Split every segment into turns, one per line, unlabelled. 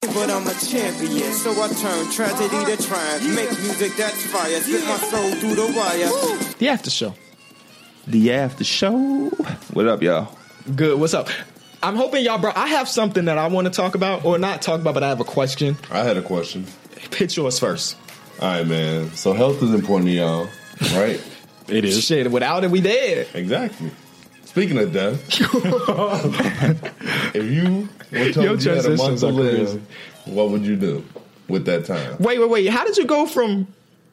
but I'm a champion. So I turn tragedy to triumph. Make music that's fire. Spit my soul through the wire.
The after show.
The after show. What up, y'all?
Good. What's up? I'm hoping y'all brought. I have something that I want to talk about, or not talk about, but I have a question.
I had a question.
Pitch yours first.
All right, man. So health is important to y'all, right?
It is. Shit, without it, we dead.
exactly. Speaking of death, if you were
Your
told you had a month
transitions
to
are
live,
crazy.
what would you do with that time?
Wait, wait, wait. How did you go from?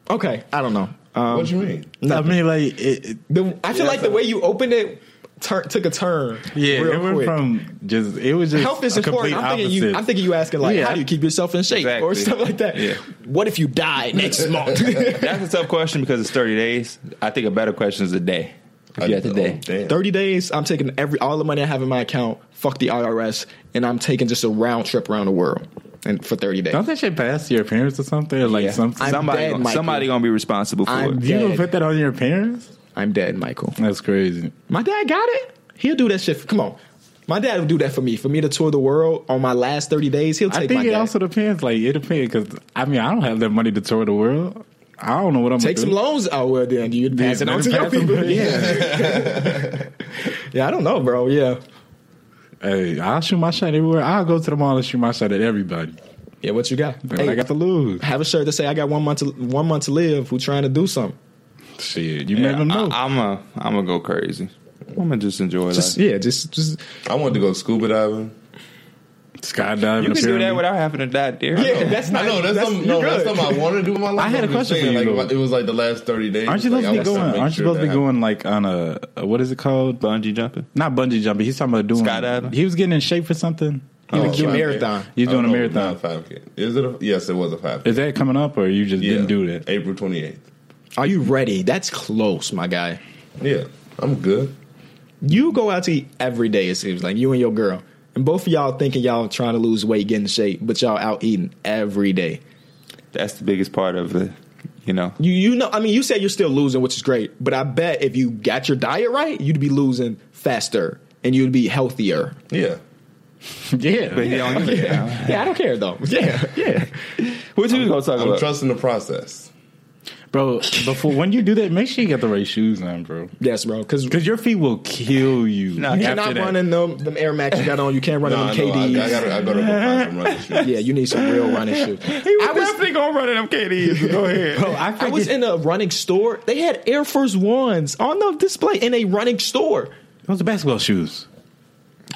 Okay, I don't know. Um,
what you mean?
I mean, like, it, it,
the, I feel
Yeah,
like the way you opened it tur- took a turn.
yeah,
real
it went
quick.
from just it was just
health is
a complete
important. I'm thinking you.
opposite.
I'm thinking you asking like,
Yeah.
how do you keep yourself in shape or
Exactly.
stuff like that?
Yeah.
What if you die next month?
That's a tough question because it's 30 days. I think a better question is a day. If you had
Oh,
the day.
damn.
30 days, I'm taking every all the money I have in my account, fuck the IRS, and I'm taking just a round trip around the world and for 30 days.
Don't that shit pass to your parents or something? Or like
Yeah.
something.
I'm
somebody,
dead,
gonna-
Michael.
somebody gonna be responsible for
I'm
it.
you gonna
dead.
put that on your parents?
I'm dead, Michael.
That's crazy.
My dad got it. He'll do that shit. For, come on. My dad will do that for me. For me to tour the world on my last 30 days, he'll take
I think
my
it
dad.
also depends. Like it depends because I mean I don't have that money to tour the world. I don't know what I'm
Take
gonna
some
do.
loans. Oh well, then you
Yeah,
pass it
let
on
it
to your
pass them.
people. Yeah.
yeah.
yeah, I don't know, bro. Yeah,
hey, I'll shoot my shot everywhere. I'll go to the mall and shoot my shot at everybody.
yeah. What you got?
But
Hey,
I got to lose.
have a shirt that say I got one month to one month to live. Who trying to do something?
Shit, you
Yeah,
never know.
I, am a, I'm gonna go crazy. I'm gonna just enjoy
Just
life.
yeah, just just
I wanted to go scuba diving.
You can
Skydiving.
do that
apparently.
without having to die, dear.
yeah. That's not.
I know that's, something, no,
you're
that's uh,
good.
something I want to do in my life.
I had a
I'm just
question for
saying,
you,
like,
though.
It was like the last thirty days.
Aren't you
like,
supposed to
I
be
was
going?
trying make
Aren't you
sure
supposed to
that
be going like on a what is it called?
Bungee jumping.
Not bungee jumping. He's talking about doing
Skydiving?
He was getting in shape for something. He
Oh.
happened.
was doing-
okay.
marathon.
He's
Oh,
doing a
no,
marathon.
not a 5K. Is it? A, yes, it was a five.
Is that coming up or you just didn't do that?
April twenty eighth.
Are you ready? That's close, my guy.
Yeah, I'm good.
You go out to eat every day. It seems like you and your girl, and both of y'all thinking y'all trying to lose weight, get in shape, but y'all out eating every day.
That's the biggest part of the, you know.
You you know, I mean, you said you're still losing, which is great, but I bet if you got your diet right, you'd be losing faster and you'd be healthier.
Yeah,
yeah.
But he
yeah.
don't give a damn.
Yeah, I don't care though. Yeah, yeah.
What you gonna talk
I'm
about?
trusting the process.
Bro, before when you do that, make sure you got the right shoes on, bro.
Yes, bro. Because you
Because your feet will kill you.
Nah,
after
you're
cannot
that.
run in them, them Air Max you got on. You can't run
No, I,
in
know,
them
I, I
KDs.
gotta, I gotta go find some running shoes.
yeah, you need some real running shoes. I was
gonna run in them KDs. Go ahead.
Bro, I,
I was in
in.
a running store. They had Air Force Ones on the display in a running store.
Those are basketball shoes.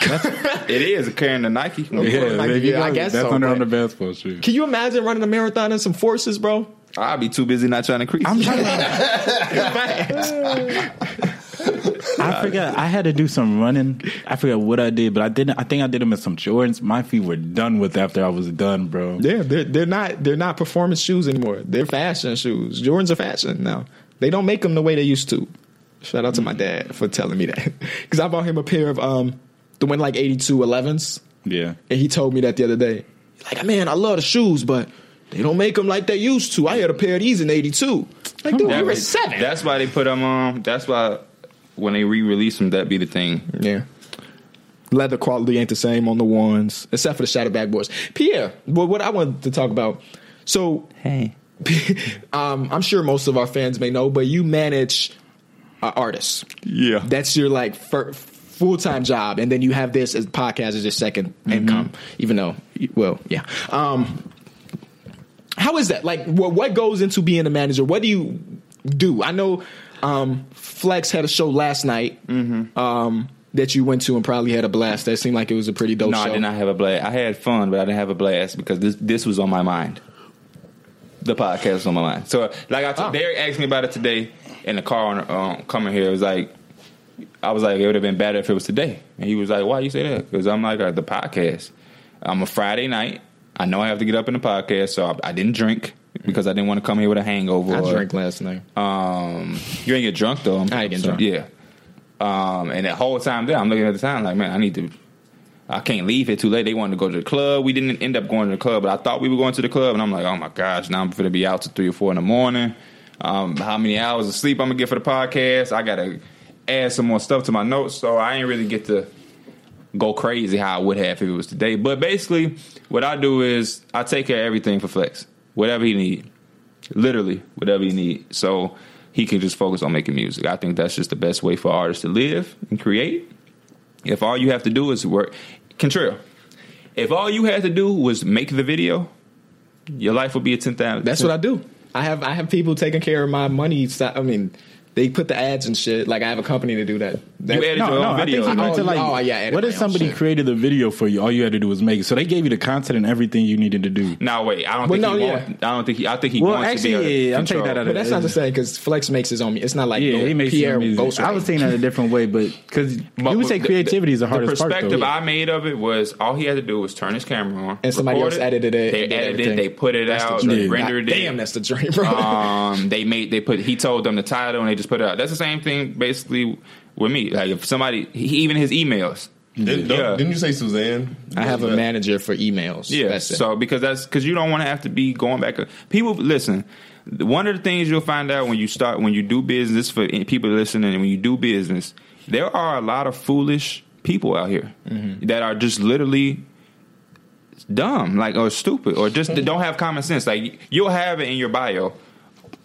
it is carrying the Nike.
like,
there you
yeah, I
go.
guess
that's
so,
under
but-
on the basketball shoe.
Can you imagine running a marathon in some forces, bro?
I'll be too busy not trying to crease.
I'm trying to. I forgot. I had to do some running. I forgot what I did, but I didn't. I think I did them in some Jordans. My feet were done with after I was done, bro.
Yeah, they're they're not they're not performance shoes anymore. They're fashion shoes. Jordans are fashion now. They don't make them the way they used to. Shout out to my dad for telling me that because I bought him a pair of um the one like 82 11s
Yeah.
and he told me that the other day. Like, man, I love the shoes, but they don't make them like they used to. I had a pair of these in 82. Like, dude, we were seven.
That's why they put them on. That's why when they re-release them, that be the thing.
Yeah. Leather quality ain't the same on the ones, except for the shadow backboards. Pierre, but what I wanted to talk about. So,
Hey.
um, I'm sure most of our fans may know, but you manage uh, artists.
Yeah.
That's your like fir- full time job, and then you have this as podcast as your 2nd income. Even though, well, yeah. Um, how is that? Like, what what goes into being a manager? What do you do? I know um, Flex had a show last night
Mm-hmm.
um, that you went to and probably had a blast. That seemed like it was a pretty dope
no,
show.
I did not have a blast. I had fun, but I didn't have a blast because this this was on my mind. The podcast was on my mind. So, like, I t-
Oh.
Derek asked me about it today in the car on um, coming here. It was like, I was like, it would have been better if it was today. And he was like, why you say that? Because I'm like, uh, the podcast. I'm a Friday night. I know I have to get up in the podcast, so I, I didn't drink because I didn't want to come here with a hangover.
I
or-
drank last night.
Um, you ain't get drunk though. I'm-
I ain't get drunk.
Yeah. Um, and that whole time there, I'm looking at the time like, man, I need to. I can't leave here too late. They wanted to go to the club. We didn't end up going to the club, but I thought we were going to the club, and I'm like, oh my gosh, now I'm going to be out to three or four in the morning. Um, how many hours of sleep I'm gonna get for the podcast? I gotta add some more stuff to my notes, so I ain't really get to go crazy how I would have if it was today. But basically, what I do is I take care of everything for Flex, whatever he need, literally whatever he need. So he can just focus on making music. I think that's just the best way for artists to live and create. If all you have to do is work, Contrail, if all you had to do was make the video, your life would be a ten thousand.
That's what I do. I have I have people taking care of my money. si- I mean, they put the ads and shit. Like I have a company to do that. That-
you added
No,
your own
no, I think
video.
you meant to
Oh,
like.
oh, yeah, edit
what
my
if
own
somebody
shit.
created the video for you? All you had to do was make it. So they gave you the content and everything you needed to do.
No, wait. I don't
Well,
think
no,
he
yeah.
want, I don't think he. I think he
Well,
wants to be
actually,
able to
yeah, I'm taking
control.
that out
but
of
that's not the same because Flex makes his own. It's not like
Yeah,
no,
he makes
Pierre
some music.
Ghost.
I was saying that a different way, but because
But
you would say
the-
creativity is the hardest part.
perspective
Though.
I made of it was all he had to do was turn his camera on,
And somebody
record
else edited it
They
and did
edited
everything.
it. They put it out.
the
They
dream.
rendered it.
Damn, that's the dream, bro.
um, they made they put he told them the title and they just put it out. That's the same thing basically with me. Like if somebody he, even his emails.
Didn't, don't-
Yeah.
didn't you say Suzanne?
I have a
That-
manager for emails.
Yeah.
That's it.
so because that's because you don't want to have to be going back. People listen. One of the things you'll find out when you start when you do business for eh, people listening when you do business, there are a lot of foolish people out here
Mm-hmm.
that are just literally dumb, like or stupid, or just don't have common sense. Like you'll have it in your bio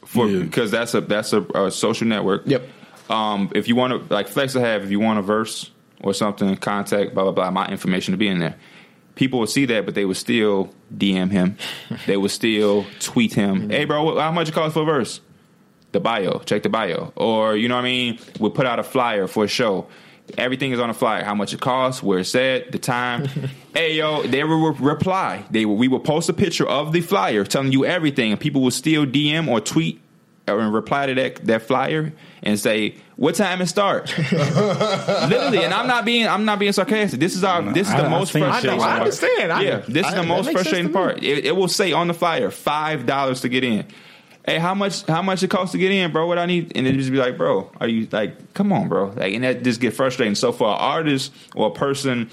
for
Yeah.
because that's a that's a, a social network.
Yep.
Um, if you want to like Flex will have if you want a verse or something, contact blah blah blah. My information to be in there. People will see that, but they will still DM him. they will still tweet him. Hey, bro, wh- how much it cost for a verse? the bio. Check the bio. Or, you know what I mean? We'll put out a flyer for a show. Everything is on a flyer. How much it costs, where it's at, the time. hey, yo, they will re- reply. They will, we will post a picture of the flyer telling you everything, and people will still DM or tweet or reply to that, that flyer and say, what time it start? Literally, and I'm not being I'm not being sarcastic. This is our this is the
I- I
most
think shit
frustrating
was- I
part.
understand. I-
yeah, this
I-
is the
that makes sense
most
to
frustrating
me.
part. It, it will say on the flyer five dollars to get in. Hey, how much? How much it costs to get in, bro? What I need, and it just be like, bro, are you like, come on, bro, like, and that just get frustrating. So for an artist or a person,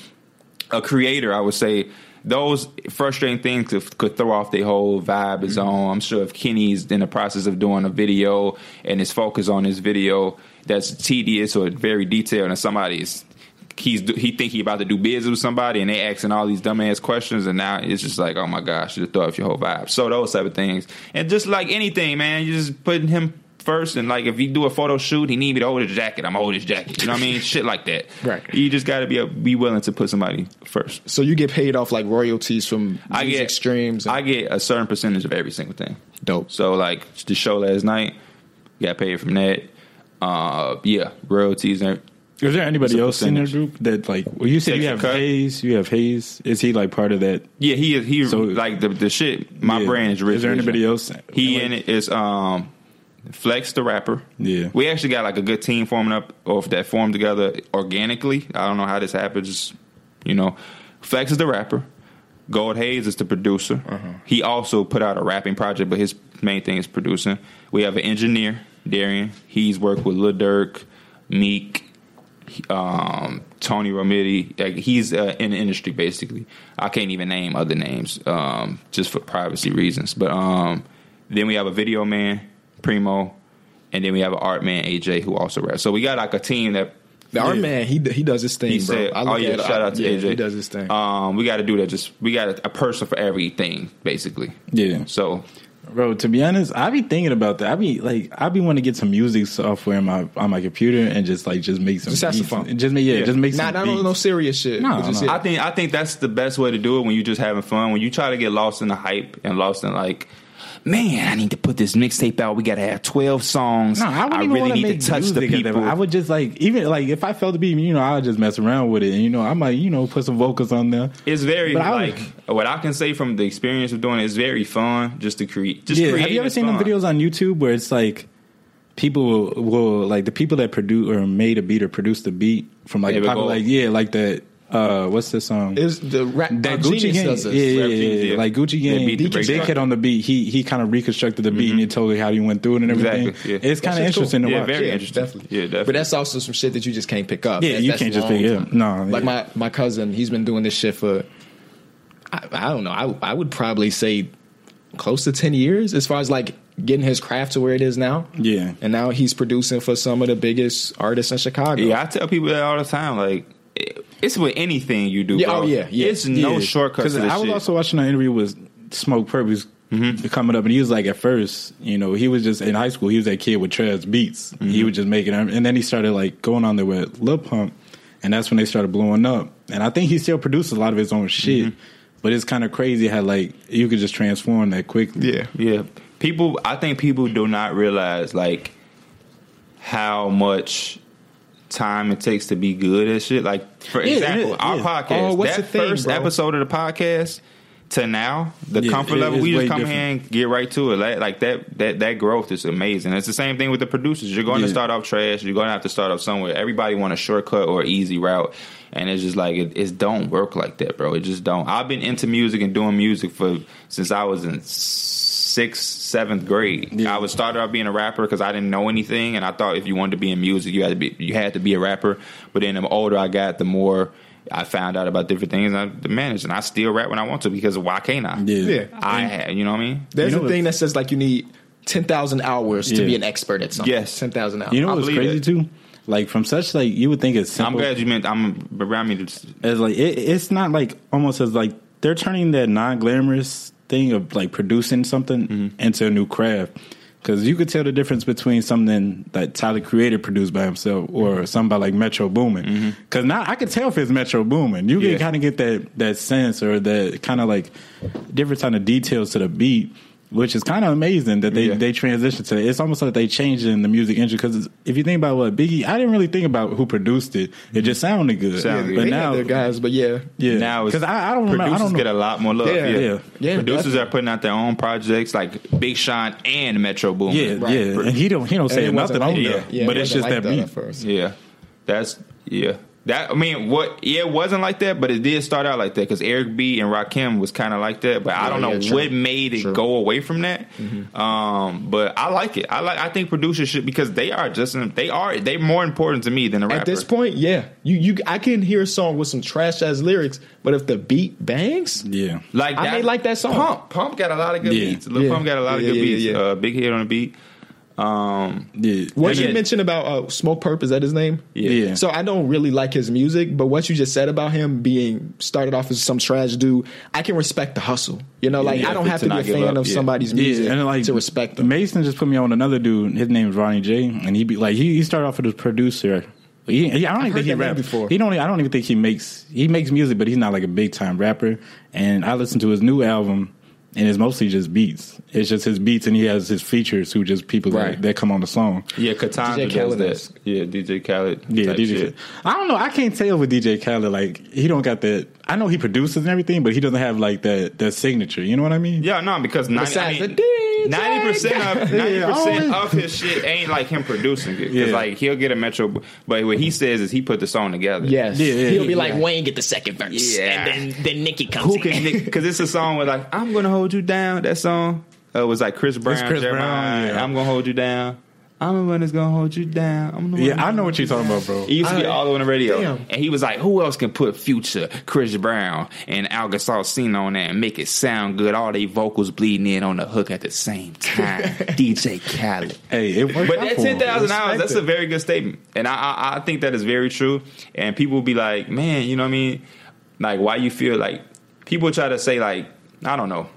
a creator, I would say those frustrating things could, could throw off their whole vibe. Is on. I'm sure if Kenny's in the process of doing a video and is focused on his video that's tedious or very detailed, and somebody's he's he think he about to do business with somebody and they asking all these dumbass questions and now it's just like oh my gosh you throw off your whole vibe so those type of things and just like anything man you just putting him first and like if you do a photo shoot he need me to hold his jacket I'm gonna hold his jacket you know what I mean shit like that
Right.
you just gotta be a, be willing to put somebody first
So you get paid off like royalties from music
I get
streams. and-
I get a certain percentage of every single thing
dope.
so like the show last night got paid from that uh yeah royalties and
Is there
It's
anybody
a
else in your
percentage.
group that like? Well, you said
Takes
you
a
have
cut.
Hayes. You have Hayes. Is he like part of that?
Yeah, he is. He
So-
like the the shit. My
Yeah.
brand is rich.
Is there
Rich.
anybody else?
He
Like-
in it is um Flex the rapper.
Yeah.
we actually got like a good team forming up or that formed together organically. I don't know how this happens. Just, you know, Flex is the rapper. Gold Hayes is the producer.
Uh-huh.
He also put out a rapping project, but his main thing is producing. We have an engineer, Darian. He's worked with Lil Durk, Meek, um, Tony Romiti. Like he's uh, in the industry basically. I can't even name other names um, just for privacy reasons. But um, then we have a video man, Primo, and then we have an art man, AJ, who also raps. So we got like a team that.
The art man, he he does his thing,
He
bro.
said,
I look
"Oh yeah,
at it,
shout
I-
out to
yeah,
AJ.
He does his thing.
Um, we got to do that. Just we got a, a person for everything, basically.
Yeah.
So
Bro, to be honest, I be thinking about that. I be like, I be want to get some music software on my on my computer and just like just make some
Just have some
beats.
fun.
Just make yeah,
Yeah.
just make
not
some
not no,
beats.
no serious shit.
No,
but just,
no.
yeah.
I think I think that's the best way to do it when you're just having fun. When you try to get lost in the hype and lost in like, man, I need to put this mixtape out. We got to have twelve songs.
No, I wouldn't even
really
want to
need
make
to touch
music
the
at that
people.
point. I would just like even like if I felt the beat, you know, I would just mess around with it. And you know, I might you know put some vocals on there.
it's very
But I would-
like what I can say from the experience of doing it, it's very fun just to create. Just
yeah. Have
creating
you ever
is
seen the
fun.
videos on YouTube where it's like people will, will like the people that produce or made a beat or produced the beat from like
They would
popular,
go-
like yeah, like that. Uh, what's the song?
It's the rap
that
uh,
Gucci
Genius
Gang,
does
yeah,
this.
yeah,
Rap
yeah,
Genius,
yeah.
yeah.
like Gucci Gang,
beat the break. Mm-hmm.
Dickhead on the beat. He he kind of reconstructed the beat and it told you how he went through it and everything.
Exactly, yeah.
It's
That
kind of
shit's cool.
interesting to
Yeah,
watch.
very
Yeah,
interesting.
definitely.
Yeah, definitely.
But that's also some shit that you just can't pick up.
Yeah,
That's-
you
that's
can't just
long
pick it
time.
up. No,
like
yeah.
my my cousin, he's been doing this shit for I, I don't know. I I would probably say close to ten years as far as like getting his craft to where it is now.
Yeah.
and now he's producing for some of the biggest artists in Chicago.
Yeah, I tell people that all the time. Like, it's with anything you do.
Yeah,
bro.
oh, yeah, yeah.
It's no
Yeah.
shortcuts.
Because
To this
I was
shit. Mm-hmm.
also watching an interview with Smoke Purpose coming up, and he was like, at first, you know, he was just in high school, he was that kid with Trez beats. He
Mm-hmm.
was just making them, and then he started like going on there with Lil Pump, and that's when they started blowing up. And I think he still produced a lot of his own shit,
Mm-hmm.
but it's kind of crazy how like you could just transform that quickly.
Yeah.
Yeah. People I think people do not realize like how much time it takes to be good at shit. Like for
Yeah,
example,
yeah,
our
yeah.
podcast.
Oh, what's
that
the thing,
first
bro?
episode of the podcast to now, the
Yeah,
comfort
it-
level,
it's
we just
way
come
different.
here and get right to it. Like, like that that that growth is amazing. It's the same thing with the producers. You're going to
Yeah.
start off trash, you're going to have to start off somewhere. Everybody want a shortcut or easy route. And it's just like it, it don't work like that, bro. It just don't. I've been into music and doing music for since I was in sixth, seventh grade. I was started out being a rapper because I didn't know anything, and I thought if you wanted to be in music, you had to be you had to be a rapper. But then the older I got, the more I found out about different things. And I managed, and I still rap when I want to because why can't I?
Yeah.
Yeah.
I had, you know what I mean?
There's
You know
a thing that says like you need ten thousand hours to
Yeah.
be an expert at something.
Yes.
ten thousand hours.
You know
I
what's
believe
crazy
it.
too? Like from such like you would think it's
I'm
simple.
glad you meant I'm around me. To,
as like it, it's not like almost as like they're turning that non-glamorous thing of like producing something
Mm-hmm.
into a new craft because you could tell the difference between something that Tyler Creator produced by himself
Mm-hmm.
or somebody like Metro Boomin. Because now I could tell if it's Metro Boomin. You
Yeah.
can kind of get that that sense or that kind of like different kind of details to the beat, which is kind of amazing that they
Yeah.
they transition to. It's almost like they changed in the music industry because if you think about what Biggie, I didn't really think about who produced it.
Mm-hmm.
It just sounded good,
Sounded good.
but
They
now
had their guys, but yeah,
yeah.
Now it's-
because I, I don't remember. I
producers
don't know.
get a lot more love.
Yeah,
Yeah,
yeah.
Yeah,
producers
definitely.
are putting out their own projects like Big Sean and Metro Boomin.
yeah,
Right.
yeah. And he don't he don't say
it wasn't
nothing on
like
there.
that. Yeah, it
but it's
wasn't
just
like
that, beat.
at first.
Yeah, that's yeah. That I mean, what? Yeah, it wasn't like that, but it did start out like that because Eric B and Rakim was kind of like that. But I
Yeah,
don't know
yeah, true.
what made it
True. Mm-hmm.
go away from that. Um, but I like it. I like. I think producers should because they are just they are they more important to me than a rapper.
At this point, yeah, you you I can hear a song with some trash ass lyrics, but if the beat bangs,
Yeah,
Like
I may like that song.
Pump, Pump got a lot of good
Yeah.
beats. Lil
Yeah.
Pump got a lot
Yeah,
of good
yeah, yeah,
beats.
yeah.
Uh, big hit on the beat. Um,
yeah.
What
And
you
it-
mentioned about uh, Smoke Purp is that his name?
Yeah.
Yeah.
So I don't really like his music, but what you just said about him being started off as some trash dude, I can respect the hustle. You know, like
Yeah,
I don't
to-
have
to
to, be
not
a
give
fan
up,
of
yeah.
somebody's music
Yeah, and like
to respect them.
Mason just put me on another dude. His name is Ronnie J, and he be like he, he started off with a producer. He, he- I don't
heard
even think he
that name
raps.
before.
He don't. I don't even think he makes. He makes music, but he's not like a big time rapper. And I listen to his new album, and it's mostly just beats. It's just his beats, and he has his features who just people
Right.
that, that come on the song.
yeah, Katana
DJ
does
Khaled
that.
does.
Yeah, DJ Khaled.
Yeah,
type
DJ.
shit.
I don't know. I can't tell with DJ Khaled. Like he don't got that. I know he produces and everything, but he doesn't have like that that signature. You know what I mean?
Yeah, no, because ninety
Besides the DJ
percent of ninety percent of
always.
his shit ain't like him producing it. Cause
Yeah.
like he'll get a Metro, but what he says is he put the song together.
yes.
Yeah, yeah,
He'll be
yeah.
like Wayne get the second verse,
Yeah.
and then then Nikki comes.
who
in.
can? Because it's a song with like I'm gonna hold you down. That song uh, was like Chris Brown,
Chris
Jeremiah.
Brown, yeah.
I'm gonna hold you down. I'm the one that's gonna hold you down. I'm the one
Yeah, I know what you're talking about, bro.
He used to be
I-
all over the radio,
Damn.
and he was like, "Who else can put Future, Chris Brown, and Al Salcino on that and make it sound good? All they vocals bleeding in on the hook at the same time." DJ Khaled.
Hey, it worked
But
out
that
for him.
ten thousand hours,
Respect
that's
it.
a very good statement, and I, I I think that is very true. And people be like, man, you know what I mean? Like, why you feel like people try to say like I don't know,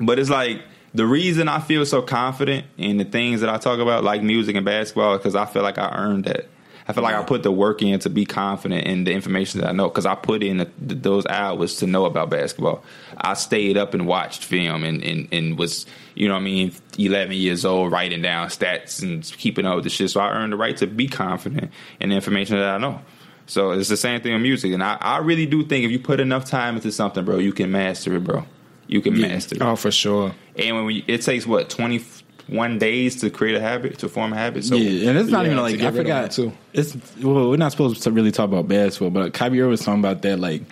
but it's like the reason I feel so confident in the things that I talk about, like music and basketball, because I feel like I earned that. I feel like I put the work in to be confident in the information that I know because I put in the, th those hours to know about basketball. I stayed up and watched film and, and, and was, you know what I mean, 11 years old, writing down stats and keeping up with the shit. So I earned the right to be confident in the information that I know. So it's the same thing with music. And I, I really do think if you put enough time into something, bro, you can master it, bro. You can master it.
Oh, for sure.
And when we, it takes what twenty one days to create a habit to form a habit. So
yeah, and it's not
Yeah,
even
to
like
get
I
rid of
forgot.
that, too.
It's well, we're not supposed to really talk about basketball, but Kyrie Irving was talking about that. Like,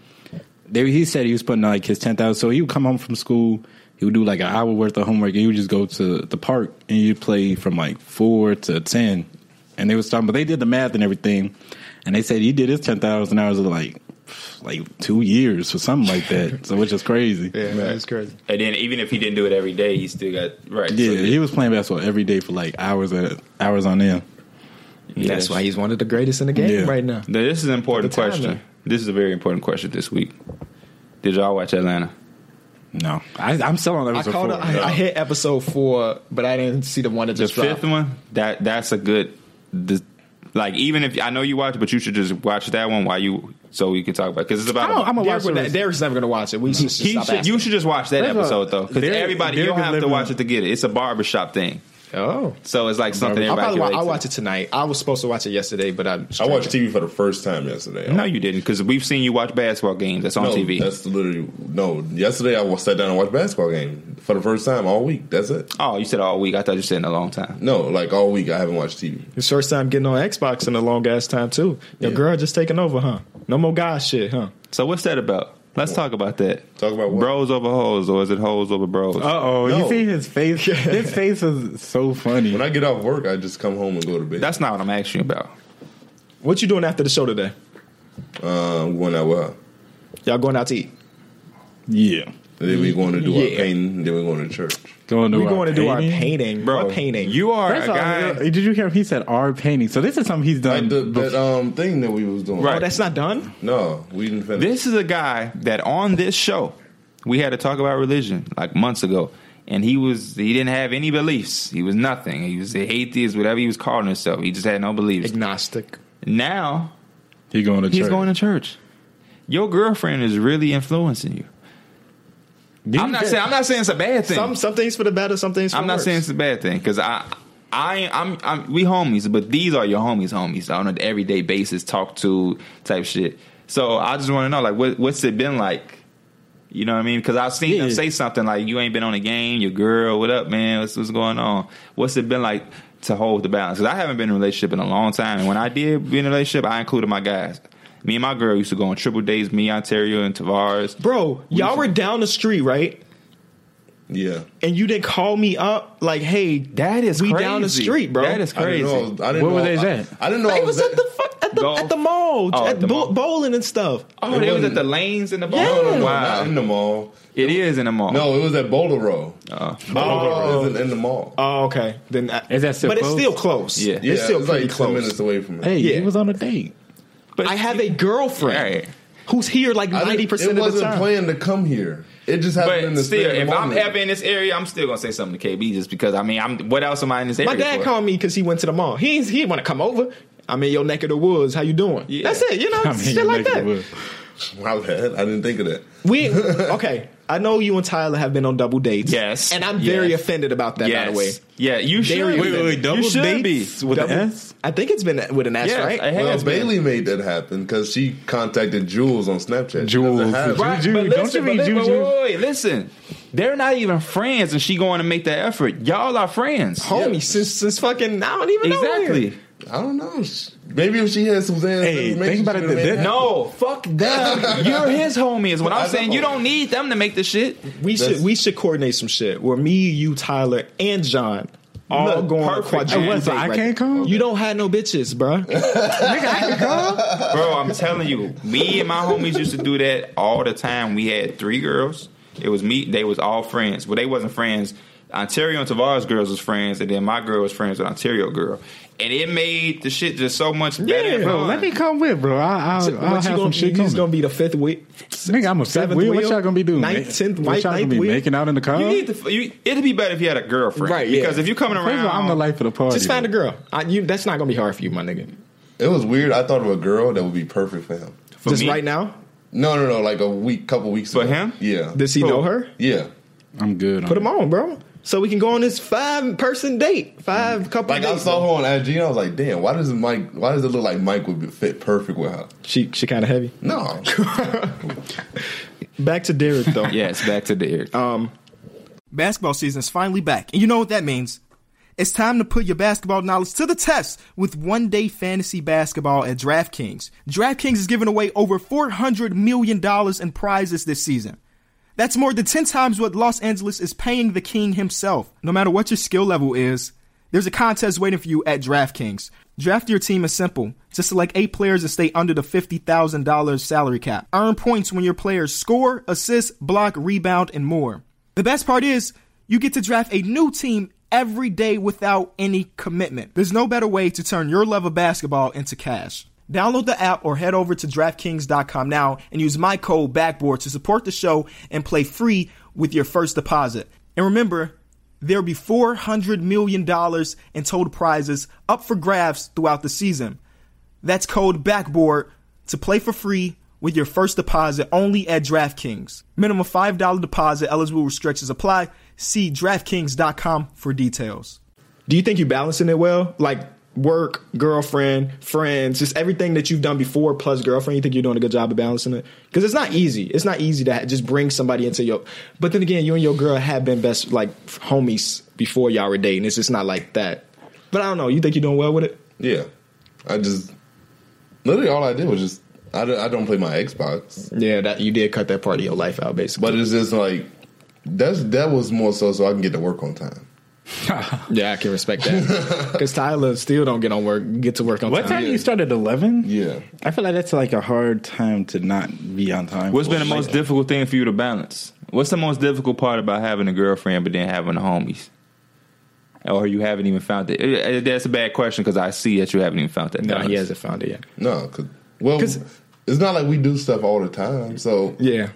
they, he said he was putting like his ten thousand. So he would come home from school, he would do like an hour worth of homework, and he would just go to the park and you'd play from like four to ten. And they was talking, but they did the math and everything, and they said he did his ten thousand hours of like like two years or something like that. so which is crazy.
Yeah, that's crazy.
and then even if he didn't do it every day, he still got right.
Yeah,
So,
he was playing basketball every day for like hours at hours on end.
That's why he's one of the greatest in the game
Yeah.
right now.
Now, this is an important
At the time,
question.
though.
This is a very important question this week. Did y'all watch Atlanta?
No, I, I'm still on
I
episode
called.
four.
it- I, I hit episode four, but I didn't see the one that
The
just dropped.
fifth one that that's a good. The, like even if I know you watch, it, but you should just watch that one while you so we can talk about because it's about.
don't- I'm a-
Derek
watch the
would not-
rest.
Derek's never gonna watch it. We should
he
stop
should,
asking.
you should just watch that
That's a-
episode though because
Derek-
everybody you
Derek
don't
is
have to
living-
watch it to get it. It's a barbershop thing,
oh,
so it's like something
I'll
everybody.
probably
can
wa-
relate
I'll
to.
watch it tonight. I was supposed to watch it yesterday, but I
I watched TV for the first time yesterday.
No, you didn't because we've seen you watch basketball games. That's on
No,
TV.
That's literally no. Yesterday I wa- sat down and watched basketball game for the first time all week. That's it.
oh, you said all week. I thought you said in a long time.
No, like all week I haven't watched TV.
It's first time getting on Xbox in a long ass time too. Your
Yeah.
girl just taking over, huh? No more guy shit, huh?
So what's that about? Let's talk about that.
Talk about what?
bros over hoes, or is it hoes over bros?
Uh oh,
No.
you see his face? His face is so funny.
When I get off work, I just come home and go to bed.
That's not what I'm asking you about.
What you doing after the show today?
um, going out well.
Y'all going out to eat?
yeah,
Then we going to do
Yeah.
our painting. Then we going to church.
going to
We
our
going to do our
painting?
painting, bro.
Bro,
What painting?
You are
First
a
of all,
guy.
did you hear him? He said our painting. So this is something he's done.
Like the,
before.
that um thing that we was doing.
oh,
Right.
that's not done.
No, we didn't finish.
This is a guy that on this show we had to talk about religion like months ago, and he was he didn't have any beliefs. He was nothing. He was an atheist, whatever he was calling himself. He just had no beliefs.
Agnostic.
Now
he going to
he's
church.
going to church. Your girlfriend is really influencing you. I'm not saying I'm not saying it's a bad thing.
Some some things for the better, some things. For
I'm not
worse.
saying it's a bad thing because I, I, I'm, I'm, we homies, but these are your homies, homies on an everyday basis, talk to type shit. So I just want to know, like, what, what's it been like? You know what I mean? Because I've seen them
Yeah.
say something like, "You ain't been on the game, your girl, what up, man? What's, what's going on? What's it been like?" To hold the balance, because I haven't been in a relationship in a long time, and when I did be in a relationship, I included my guys. Me and my girl used to go on triple days. Me, Ontario, and Tavares.
bro. Y'all were down the street, right?
yeah.
And you didn't call me up, like, hey,
That is
we
crazy.
down the street, bro.
That is
I
crazy.
didn't know. I, was- I didn't
Where
know
were they
I,
at?
I didn't know. I
They
was
was at the fu- at the,
Golf.
at the mall,
Oh,
at,
at the
bo-
mall.
bowling and stuff.
Oh, they was at
wasn't-
the lanes in the bar.
No, no, no,
wow,
not in the mall.
it is in the mall.
No, it was at Boulder Row.
Uh,
Boulder Row isn't in the mall.
Oh, okay. Then I,
Is that still
But
close?
it's still close.
Yeah.
yeah,
it's still
it's
pretty
like ten
close.
minutes away from it.
Hey,
Yeah.
he was on a date.
but
I have a girlfriend
Right.
who's here like
I didn't-
ninety percent
It
of the
wasn't
time.
planned to come here. It just happened in
But
the
still,
spur of
if
the
I'm
moment.
ever in this area, I'm still gonna say something to KB just because I mean, I'm what else am I in this area?
My dad
for?
called me because he went to the mall. He ain't- he didn't want to come over. I'm in your neck of the woods. How you doing?
Yeah.
That's it. You know,
I mean,
shit like
make it
that.
work.
My bad. I didn't think of that.
We okay. I know you and Tyler have been on double dates.
Yes.
and I'm very
Yes.
offended about that.
Yes.
By the way,
yeah, you should.
Very
be.
Wait, wait, wait. Double
you should
dates
be.
with
Double-
an S.
I think it's been with an S,
Yes,
right?
it has
Well,
been.
Bailey made that happen because she contacted Jules on Snapchat.
Jules.
Right,
Juju,
but
don't you
listen,
mean
but li-
Juju?
Wait, wait, wait, listen, they're not even friends, and she going to make that effort. Y'all are friends.
Homie,
Yeah.
since since fucking I don't even know.
exactly.
him.
I don't know. Sh- Maybe if she had Suzanne's
Hey,
information,
think about
she
it,
would've
that-
made
that-
No,
Oh,
fuck them. You're his homie. Is what
I
I'm saying.
know.
You don't need them to make the shit.
We
That's-
should we should coordinate some shit where me, you, Tyler, and John all
Look,
going on a
perfect.
quadruple
Hey, what, so
date
I
right
can't come?
You don't have no bitches, bruh.
Bro, I'm telling you, me and my homies used to do that all the time. We had three girls. It was me. They was all friends. Well, they wasn't friends. Ontario and Tavares girls was friends, and then my girl was friends with Ontario girl, and it made the shit just so much better. and
Bro,
fun.
let me come with, bro. I, I'll,
what
I'll have
you
some
gonna,
shit
you
coming.
just gonna be the fifth week?
Nigga, I'm a fifth
seventh
wheel.
wheel?
What y'all gonna be doing?
Ninth, tenth,
What
white,
y'all gonna
ninth
be
wheel?
making out in the car?
You need to, you, it'd be better if you had a girlfriend,
Right, yeah.
Because if you coming
First
around,
of all, I'm the life of the party.
Just find a girl. I, you, that's not gonna be hard for you, my nigga.
It It was weird. I thought of a girl that would be perfect for him.
for
just
me,
right now,
No, no, no. Like a week, couple weeks
For
ago.
him?
Yeah.
does he
Bro.
know her?
yeah.
I'm good.
Put them on, bro. So we can go on this five person date, five couple.
Mm. Like I
dates,
saw
bro.
her on IG, and I was like, "Damn, why does Mike? Why does it look like Mike would be- fit perfect with her?"
she she kind of heavy.
No,
Back to Derek though.
Yes, back to the Eric.
Basketball season is finally back, and you know what that means. It's time to put your basketball knowledge to the test with one day fantasy basketball at DraftKings. DraftKings is giving away over $400 million in prizes this season. That's more than 10 times what Los Angeles is paying the king himself. No matter what your skill level is, there's a contest waiting for you at DraftKings. Draft your team is simple. Just select eight players and stay under the $50,000 salary cap. Earn points when your players score, assist, block, rebound, and more. The best part is, you get to draft a new team every day without any commitment. There's no better way to turn your love of basketball into cash. Download the app or head over to DraftKings.com now and use my code BACKBOARD to support the show and play free with your first deposit. And remember, there'll be $400 million in total prizes up for grabs throughout the season. That's code BACKBOARD to play for free with your first deposit only at DraftKings. Minimum $5 deposit, eligible restrictions apply. See DraftKings.com for details.
Do you think you're balancing it well? Like work, girlfriend, friends, just everything that you've done before plus girlfriend. You think you're doing a good job of balancing it? Because it's not easy. It's not easy to ha- just bring somebody into your. But then again, you and your girl have been best like homies before y'all were dating. It's just not like that. But I don't know. You think you're doing well with it?
Yeah, I just literally all I did was just I don't, I don't play my Xbox,
Yeah, that you did cut that part of your life out, basically.
but it's just like that's that was more so so I can get to work on time.
yeah, I can respect that because Tyler still don't get on work, get to work on
What time
time.
do you start at eleven?
Yeah,
I feel like that's like a hard time to not be on time.
What's been the
Like,
most difficult thing for you to balance? What's the most difficult part about having a girlfriend but then having the homies? Or you haven't even found it? Eh, eh, That's a bad question because I see that you haven't even found that.
No, he
balance.
hasn't found it yet.
no, cause, well,
'Cause-
it's not like we do stuff all the time, so
Yeah.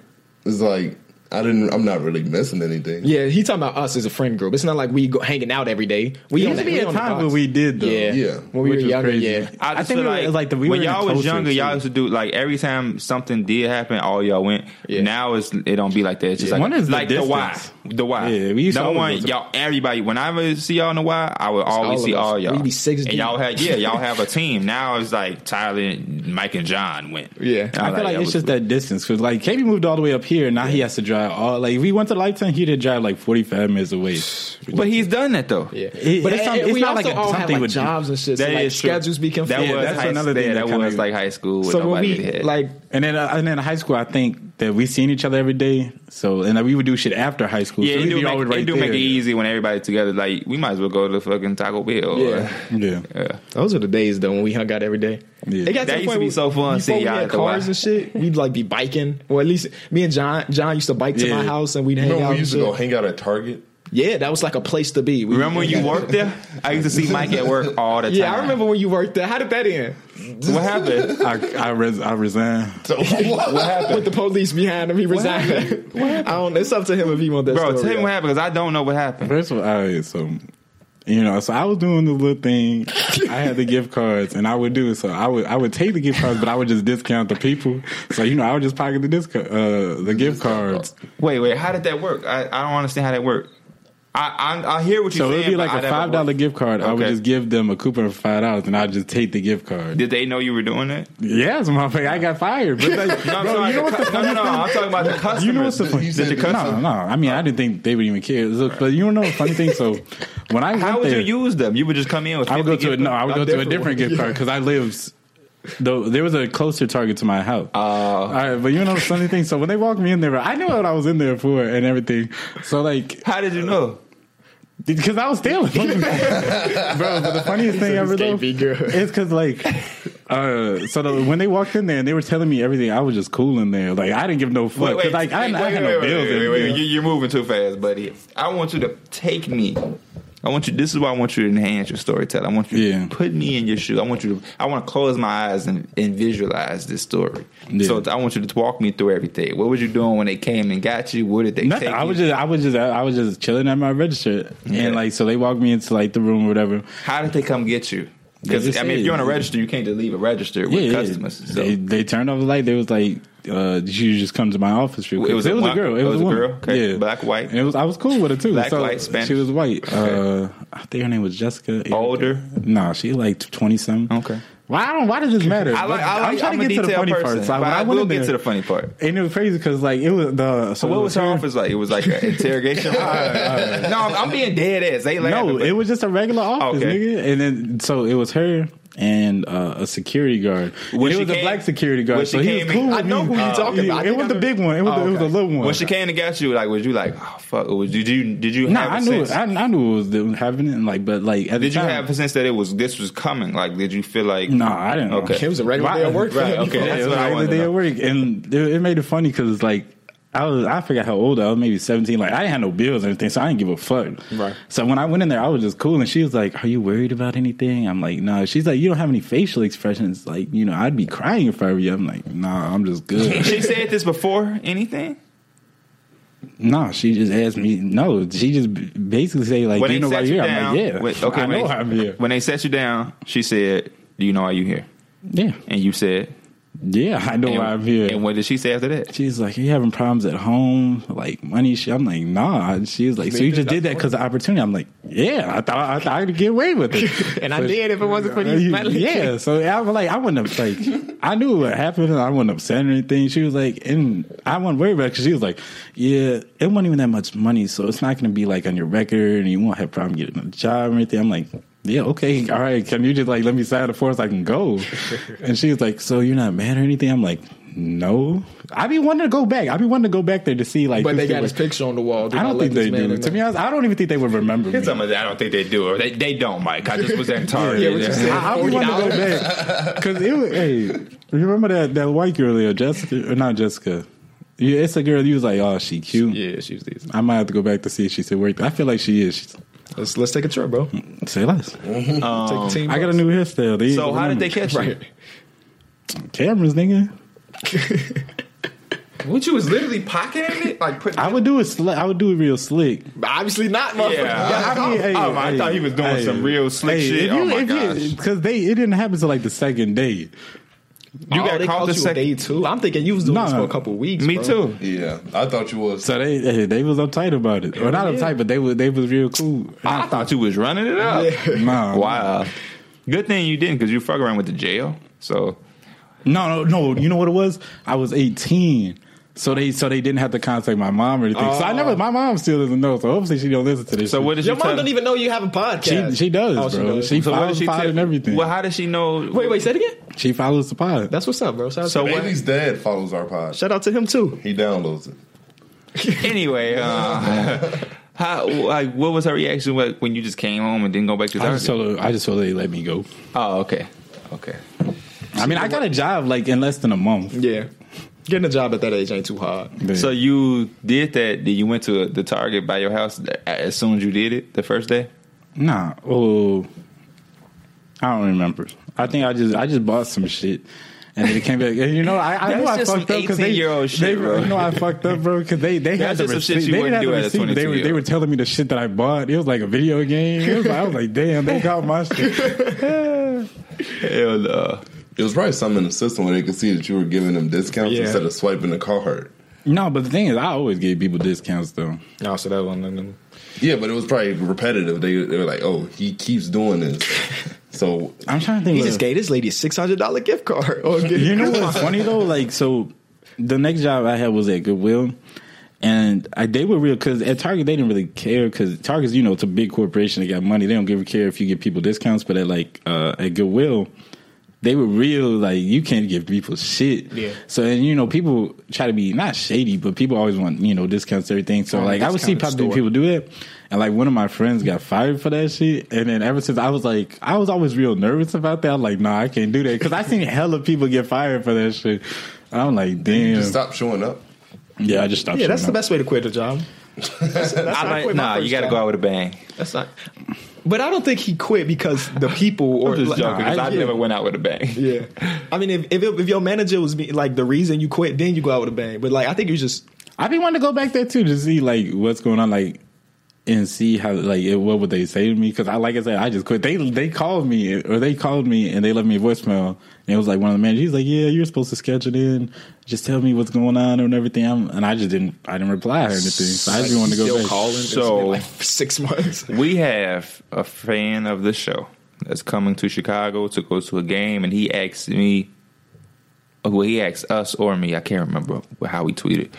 it's like I didn't. I'm not really missing anything.
Yeah, he talking about us as a friend group. It's not like we go hanging out every day. We
There
on
used to
the-
be
we
a
on the
time
box.
when we did though.
yeah,
Yeah.
when we were
Which was
younger.
crazy.
yeah,
I,
I
just
think
feel
we were-
like,
like, the- we
when
were in
y'all
a
was
culture,
younger,
too.
y'all used to do like every time something did happen, all y'all went.
Yeah.
Now it's it don't be like that. It's just
Yeah.
like
One is the
like the why,
distance.
the why.
Yeah, we used to
number
always
one,
go to-
y'all everybody. When I would see y'all in the why, I would always
all
see
of us.
all y'all.
We be six
and
deep.
y'all had yeah, y'all have a team. Now it's like Tyler, Mike, and John went.
Yeah.
And
I
I'm
feel like
that
it's
was-
just that distance because like KB moved all the way up here, now he has to drive all like if he went to Lifetime, he'd have drive like forty five minutes away.
But he's done that though.
yeah.
It-
but
it's
it's,
some- it's
we
not
also
like a-
all have
something
like
with-
jobs and shit.
That
so, like,
is true.
schedules be
That
confused.
was
that's
high,
another
yeah,
thing
That,
that kinda-
was like high school.
so when
nobody
we
had.
like
And then, uh, and then in high school, I think that we seen each other every day. So, and that we would do shit after high school.
yeah,
so
it
we'd
do,
be
make,
always
it do make it
there.
easy when everybody together. Like we might as well go to fucking Taco Bell. or-
Yeah.
Yeah,
those are the days though when we hung out every day.
Yeah.
It got
That
to the
used
point
to be
where-
so fun,
before
seeing
we
y'all
had
at the
cars
Y.
and shit. We'd like be biking, or at least me and John. John used to bike to my
Yeah.
house and we'd hang
Remember
out.
we
and
used to
shit.
go hang out at Target.
Yeah, that was like a place to be. We-
Remember when you worked there? I used to see Mike at work all the time.
Yeah, I remember when you worked there. How did that end?
What happened?
I I, res, I resign.
So what
With the police behind him, he resigned. I don't. It's up to him if he want that.
Bro,
story
tell me
out.
what happened because I don't know what happened.
First of all, all right, so you know, so I was doing the little thing. I had the gift cards, and I would do so. I would I would take the gift cards, but I would just discount the people. So you know, I would just pocket the discount uh, the gift cards.
Wait, wait, how did that work? I, I don't understand how that worked. I I, I hear what you're
So
saying.
it'd be
but
like
I
a
never
five dollar
worked.
gift card. I would
Okay.
just give them a coupon for five dollars, and I'd just take the gift card.
Did they know you were doing it?
Yes, motherfucker, I got fired. But like,
No, I'm
bro,
sorry.
you know what the
no, no, no, I'm talking about the customers.
You know what's the
Did-
funny?
you said
Did the
the
no,
customer-
no. I mean, I didn't think they would even care. Look, but you know the funny thing. So when I
How
went
would
there,
you use them? You would just come in with.
I would go
50
to a,
gift
no, I would go
a
to a
different
different gift card because I lived. Though there was a closer target to my house.
Uh.
All right, but you know the funny thing. So when they walked me in there, I knew what I was in there for and everything. So like,
How did you know?
because I was stealing, bro. But the funniest thing ever
this
though,
can't be good.
it's because like, uh, so the, when they walked in there and they were telling me everything, I was just cool in there. Like I didn't give no fuck. 'Cause, like I, I had no bills.
Wait,
and-
wait, wait. You- You're moving too fast, buddy. I want you to take me. I want you. This is why I want you to enhance your storytelling. I want you
Yeah.
to put me in your shoes. I want you to. I want to close my eyes and, and visualize this story.
Yeah.
So I want you to walk me through everything. What was you doing when they came and got you? What did they
Nothing.
take?
I was
you?
just, I was just, I was just chilling at my register,
Yeah.
and like, so they walked me into like the room or whatever.
How did they come get you?
They
Because
just
I mean, if
said-
you're on a register, you can't just leave a register with customers. So
They, they turned off the light. They was like, uh, "Did you just come to my office?" Real
It
quick.
was a
a
wa-
girl. It, was, a, girl.
Okay.
Yeah,
Black, white.
And it was. I was cool with it too.
Black,
so
white, Spanish.
She was white. Uh, I think her name was Jessica. Erica.
Older?
Nah, she like twenty something.
Okay.
Why I don't, Why does this matter?
I like. I
am
like
trying
I'm
to
a
get to the
detailed
funny
person,
part. So
but
when
I
I went
will
in
get
there-
to the funny part.
And it was crazy because like it was the.
So what was her
her-
office like? It was like an interrogation. no, I'm, I'm being dead ass. They laughing,
No,
but-
it was just a regular office,
Oh, Okay.
nigga. And then so it was her and uh, a security guard. And
When
it
she
was a
came-
black security guard,
when
so
she
he
came
was
in-
cool.
I
with
know
me.
who you're talking
Yeah,
about. I
It
think
was
I
the
know-
big one. It was,
Oh,
it was the
okay.
little one.
When she came and got you, like, was you like, oh fuck? Was, did you did you?
nah,
have a
I knew it.
sense?
I, I knew it was the, happening. Like, but like, at the
did you
time-
have a sense that it was this was coming? Like, did you feel like?
No, I didn't. know.
Okay.
It was a regular
Why-
day at work. for
Right,
him.
okay.
Yeah,
That's
it was
what I
like the
wanted to
day
know.
at work, and it, it made it funny because like I was I forgot how old I was, maybe seventeen. Like I didn't have no bills or anything, so I didn't give a fuck.
Right.
So when I went in there, I was just cool, and she was like, "Are you worried about anything?" I'm like, "No." She's like, "You don't have any facial expressions." Like you know, I'd be crying if I were you. I'm like, "Nah, I'm just good."
She said this before anything.
No, she just asked me. No, she just basically say like,
When
"Do you
they
know why
set you
you're here?"
down,
I'm like, "Yeah,
when- okay,
I
when
know
they-
I'm here."
When they set you down, she said, "Do you know why you here?"
Yeah,
And you said,
yeah, I know
and,
why I'm here.
And what did she say after that?
She's like, "You having problems at home, like money?" Shit. I'm like, "Nah." And She's like, "So you just did that because of opportunity?" I'm like, "Yeah, I thought I thought I could get away with it,
And I did if it wasn't for
Uh,
these
you-
metal
yeah." So I was like, I wasn't up- like, I knew what happened, and I wasn't upset or anything. She was like, and I wasn't worried about because she was like, "Yeah, it wasn't even that much money, so it's not going to be like on your record, and you won't have a problem getting a job or anything." I'm like. Yeah, okay, all right. Can you just like let me sign the force? I can go. And she was like, "So you're not mad or anything?" I'm like, "No." I be wanting to go back. I be wanting to go back there to see like.
But
if
they
they
got
were-
his picture on the wall. Did
I don't
let
think
this
they
man
do.
in
To
there?
be honest, I don't even think they would remember me.
Here's something that I don't think they do. Or They, they don't, Mike. I just was that tired.
what you said.
I, I would want to go back because it was. Hey, you remember that that white girl there, Jessica or not Jessica? Yeah, it's a girl. You was like, oh, she cute.
Yeah, she was decent.
I might have to go back to see if she still worked. there. I feel like she is. She's,
Let's let's take a trip, bro.
say less.
take the team.
I got a
bus.
new hairstyle. They
So
ain't
how did
remember.
they catch you?
cameras, nigga?
What you was literally pocketing it, like putting.
I would do it. Sli- I would do it real slick.
Obviously not,
Yeah,
motherfucker.
I,
I mean, hey,
oh, my, I
hey,
thought he was doing
hey,
some real slick
hey,
shit.
if
oh
you-
my
if
gosh!
you, because they it didn't happen until like the second day.
You
Oh,
got
they
caught the
you a
second-
day too. I'm thinking you was doing this
Nah.
for a couple weeks.
Me
bro.
too.
Yeah, I thought you was.
So they hey, they was uptight about it, or not uptight, but they was they was real cool.
I thought you was running it up.
Nah,
Wow. Good thing you didn't, because you fuck around with the jail. So
No, no, no. You know what it was? I was 18. So they so they didn't have to contact my mom or anything. So I never my mom still doesn't know. So hopefully she don't listen to this.
Oh. so
shit.
what did
Your
you
mom
tell
don't even know you have a podcast.
She she does,
Oh, she
bro.
does.
She,
So what did
follows
she
the pod
tell-
and everything.
Well, how did she know?
wait, wait, say it again.
she follows the pod.
That's what's up, bro. Shout out,
So
to,
what?
Baby's dad follows our pod.
shout out to him too.
He downloads it.
Anyway, uh, how like what was her reaction like, when you just came home and didn't go back to
I just
Target?
told her I just told her they let me go.
Oh, okay, okay.
I mean, I got a job like in less than a month.
Yeah, getting a job at that age ain't too hard.
So you did that? Then you went to the Target by your house as soon as you did it the first day.
Nah. Oh, I don't remember. I think I just I just bought some shit. And they came back, and you know I, I
That's
know I
just some
fucked up because they,
18-year-old shit,
they
bro.
you know I fucked up, bro, because they they
That's
had the
just some shit
receipt.
you
They
wouldn't
didn't have
do
the
as a
receipt. but They were they
22-year-old.
were telling me the shit that I bought. It was like a video game. It was like, I was like, damn, they got my shit.
Hell no.
It was probably something in the system where they could see that you were giving them discounts
Yeah.
instead of swiping the card.
No, but the thing is, I always gave people discounts though.
No, so that one.
Yeah, but it was probably repetitive. They they were like, "Oh, he keeps doing this." So
I'm trying to think.
He
what-
just gave this lady a six hundred dollar gift card. Oh, good.
you know what's funny though? Like, so the next job I had was at Goodwill, and I, they were real because at Target they didn't really care because Target's you know it's a big corporation they got money they don't give a care if you give people discounts, but at like uh, at Goodwill. They were real, like you can't give people shit.
Yeah.
So and you know people try to be not shady, but people always want you know discounts and everything. So
Oh,
like I would see
discounted
probably
store.
people do that, and like one of my friends got fired for that shit. And then ever since I was like, I was always real nervous about that. I'm like, nah, I can't do that because I seen hella people get fired for that shit. I'm like, damn.
just stop showing up.
yeah, I just stopped.
Yeah, that's the
showing up.
best way to quit a job. That's, that's how I
I like,
quit my
nah,
first
you got to
job.
go out with a bang.
That's not. But I don't think he quit because the people or
I'm just
like-
joking. 'cause
Nah,
I,
yeah.
never went out with a bang.
Yeah, I mean, if if, it, if your manager was be, like the reason you quit, then you go out with a bang. But like, I think you just
I be wanting to go back there too to see like what's going on, like and see how like it- what would they say to me because I like I said I just quit. They they called me or they called me and they left me a voicemail and it was like one of the managers. He's like, yeah, you're supposed to schedule in. Just tell me what's going on and everything. I'm, and I just didn't I didn't reply or anything. So I just want to go
still
back.
calling. It's
So-
been, like for six months.
We have a fan of the show that's coming to Chicago to go to a game, and he asked me, well, he asked us or me, I can't remember how we tweeted.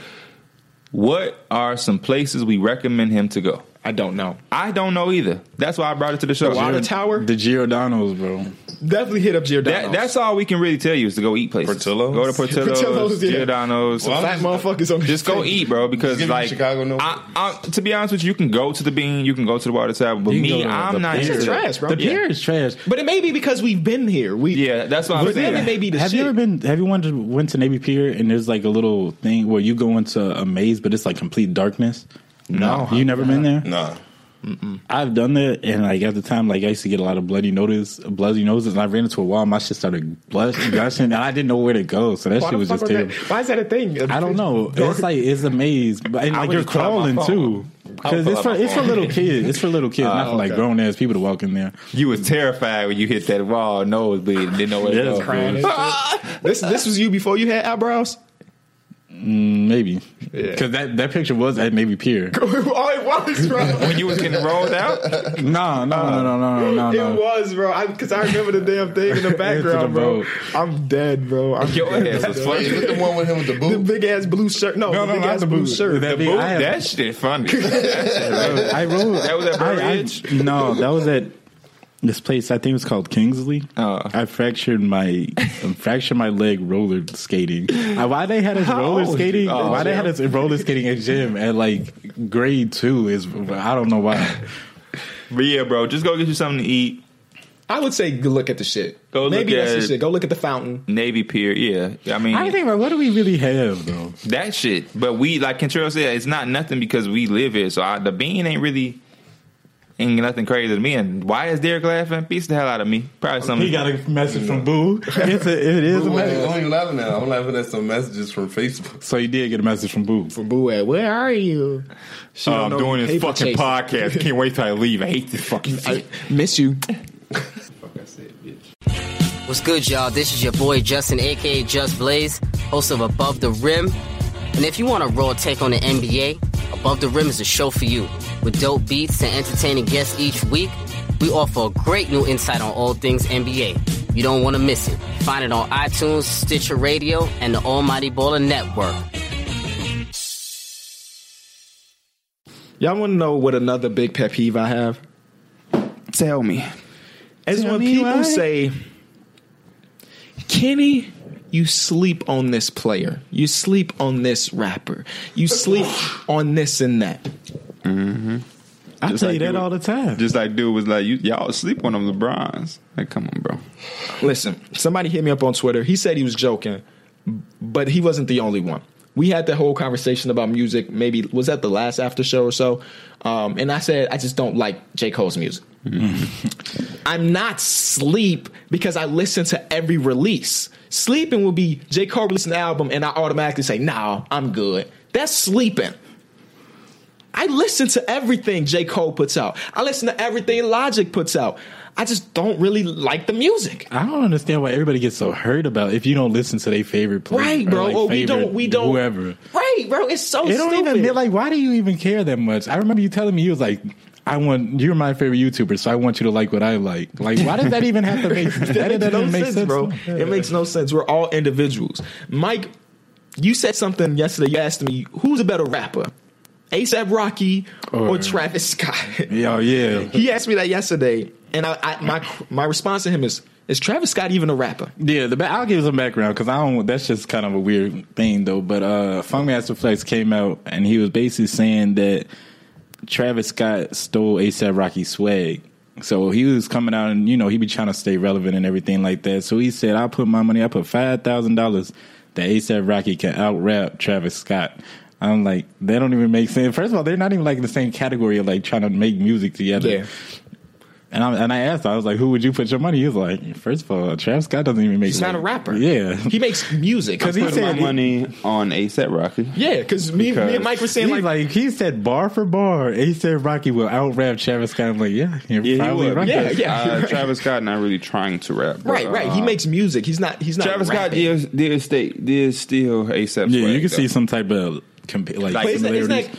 What are some places we recommend him to go?
I don't know.
I don't know either. That's why I brought it to the show.
Water Tower
The Giordano's, bro.
definitely hit up Giordano.
That, that's all we can really tell you is to go eat places.
Portillo's?
Go to Portillo's,
Portillo's, yeah.
Giordano's.
Well,
fat motherfuckers on
just go eat, bro. Because
give me
like,
Chicago no-
I, I, to be honest with you, you can go to the Bean, you can go to the Water Tower, but
You can go
me,
to the-
I'm
the
not
Pier.
into
It's
that.
trash, bro.
The
Yeah.
pier is trash.
But it may be because we've been here. We
Yeah, that's what I'm
For them,
saying.
it may be the
have
shit.
you ever been? Have you went to went to Navy Pier and there's like a little thing where you go into a maze, but it's like complete darkness.
No.
you never been there.
Nah.
I've done that, and like at the time, like I used to get a lot of bloody notice, bloody noses, and I ran into a wall. and My shit started blush, gushing, and I didn't know where to go. So that
Why
shit
the
was
fuck
just
was that-
terrible.
Why is that a thing?
I don't know. It's like it's a maze, but and,
I
like
would
you're
just pull out my
crawling too,
I would
because
pull
it's
out
for
my
it's for
phone. Oh,
little kids. It's for little kids, not for like
okay.
grown ass people to walk in there.
You was terrified when you hit that wall, nosebleed, and didn't know where to
Yes,
go.
crying
dude.
and
this this was you before you had eyebrows.
Maybe
Yeah.
because that that picture was at Navy Pier.
oh, it was, bro.
When you was getting rolled out,
No, no, no, no, no, no,
It
no.
was, bro. Because I, remember the damn thing in the background, bro.
boat.
I'm dead, bro. I'm
your
dead,
ass
bro.
was
Wait, is
funny.
it the one with him with the
The
boot?
big ass blue shirt. No,
No,
the
no,
big
not
ass
the
blue,
blue-
shirt.
that
The
big-
blue-
I have-
that shit funny. that
I rode.
was at Bird
I- I-
Ridge.
no, that was at this place. I think it was called Kingsley.
Oh.
I fractured my I fractured my leg roller skating. Uh, why they had us roller
old?
skating?
Oh,
why they had us roller skating at gym at like grade two? Is I don't know why.
But yeah, bro, just go get you something to eat.
I would say go look at the shit.
Go look
Maybe that's
at-
the shit. Go look at the fountain.
Navy Pier, yeah. I mean,
I think about what do we really have though?
that shit. But we, like Contrell said, it's not nothing because we live here. So I, the bean ain't really ain't nothing crazy to me. And why is Derek laughing? Beats the hell out of me. Probably something.
He got a message from Boo. It's a, it is a
Wait,
message.
I ain't laughing now. I'm laughing at some messages from Facebook.
So you did get a message from Boo.
From Boo at, where are you? She don't know you paper chasing.
podcast. Can't wait till I leave. I hate this fucking shit.
Miss you.
What's good, y'all? This is your boy Justin, aka Just Blaze, host of Above the Rim. And if you want a raw take on the NBA, Above the Rim is a show for you. With dope beats and entertaining guests each week, we offer a great new insight on all things NBA. You don't want to miss it. Find it on iTunes, Stitcher Radio, and the Almighty Baller Network.
Y'all want to know what another big pet peeve I have?
Tell me.
Is
Tell
when
me
people
why.
say, Kenny, you sleep on this player. You sleep on this rapper. You sleep on this and that.
I
Just
tell
like
you that
you-
all the time.
Just like dude was like, you, y'all sleep on them LeBrons. Like, come on, bro.
Listen, somebody hit me up on Twitter. He said he was joking, but he wasn't the only one. We had that whole conversation about music. Maybe was that the last after show or so? Um, and I said I just don't like J Cole's music. I'm not sleep because I listen to every release. Sleeping will be J Cole releasing an album, and I automatically say, "Nah, I'm good." That's sleeping. I listen to everything J Cole puts out. I listen to everything Logic puts out. I just don't really like the music.
I don't understand why everybody gets so hurt about if you don't listen to their favorite player,
Right, bro.
like,
or we
favorite
don't. We don't.
Whoever.
Right, bro. It's so
It don't
stupid.
even they're like. Why do you even care that much? I remember you telling me you was like, "I want you're my favorite YouTuber, so I want you to like what I like." Like, why does that even have to make that,
It makes
that
no
doesn't make
sense,
sense,
bro. It makes no sense. We're all individuals. Mike, you said something yesterday. You asked me who's a better rapper, ASAP Rocky or,
Or-
Travis Scott.
Yeah, yeah,
he asked me that yesterday, and I, I my my response to him is: Is Travis Scott even a rapper?
yeah. The ba- I'll give some background because I don't. That's just kind of a weird thing though. But uh, Funkmaster Flex came out and he was basically saying that Travis Scott stole ASAP Rocky swag. So he was coming out and you know he be trying to stay relevant and everything like that. So he said, "I put my money. I put five thousand dollars that ASAP Rocky can out rap Travis Scott." I'm like, that don't even make sense. First of all, they're not even like in the same category of like trying to make music together.
Yeah.
And I and I asked, I was like, "Who would you put your money?" He was like, first of all, Travis Scott doesn't even make.
He's not a
like-
rapper.
Yeah,
he makes music.
'Cause he
Put my
said he-
money on ASAP Rocky.
yeah, because me, me and Mike were saying
He
like,
like, he said bar for bar, he said Rocky will out rap Travis Scott. I'm like, yeah, you're
he
probably
would.
right.
Yeah,
That's-
yeah,
Uh,
right.
Travis Scott not really trying to rap. but,
right, right. He
uh,
makes music. He's not. He's not.
Travis Scott
rapping.
is did state did still ASAP.
Yeah, you can see some type of compa- like,
Like,
But isn't that,
similarities.
isn't that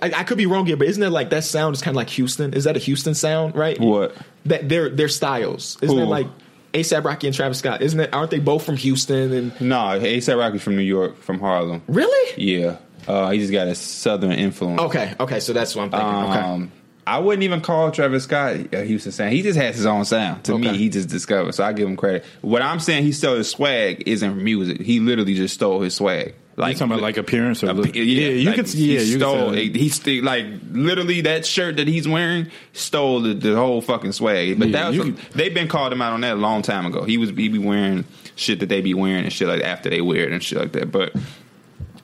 I, I could be wrong here, but isn't that like that sound is kind of like Houston? Is that a Houston sound, right?
What?
That their their styles. Isn't
Who?
it like ASAP Rocky and Travis Scott? Isn't it aren't they both from Houston and
No, ASAP Rocky's from New York, from Harlem.
Really?
Yeah, uh, he just got a southern influence.
Okay, okay, so that's what I'm thinking.
Um, I wouldn't even call Travis Scott a Houston sound. He just has his own sound. To me,
Okay.
he just discovered. So I give him credit. What I'm saying, he stole his swag isn't music. He literally just stole his swag.
Like, you talking about like appearance or look?
yeah, you
you
like,
could.
could.
Yeah,
he
you
stole.
could. say that.
he st- like literally that shirt that he's wearing stole the, the whole fucking swag. But
Yeah,
that was
you could-
they've been called him out on that a long time ago. He was he be wearing shit that they be wearing and shit like after they wear it and shit like that. But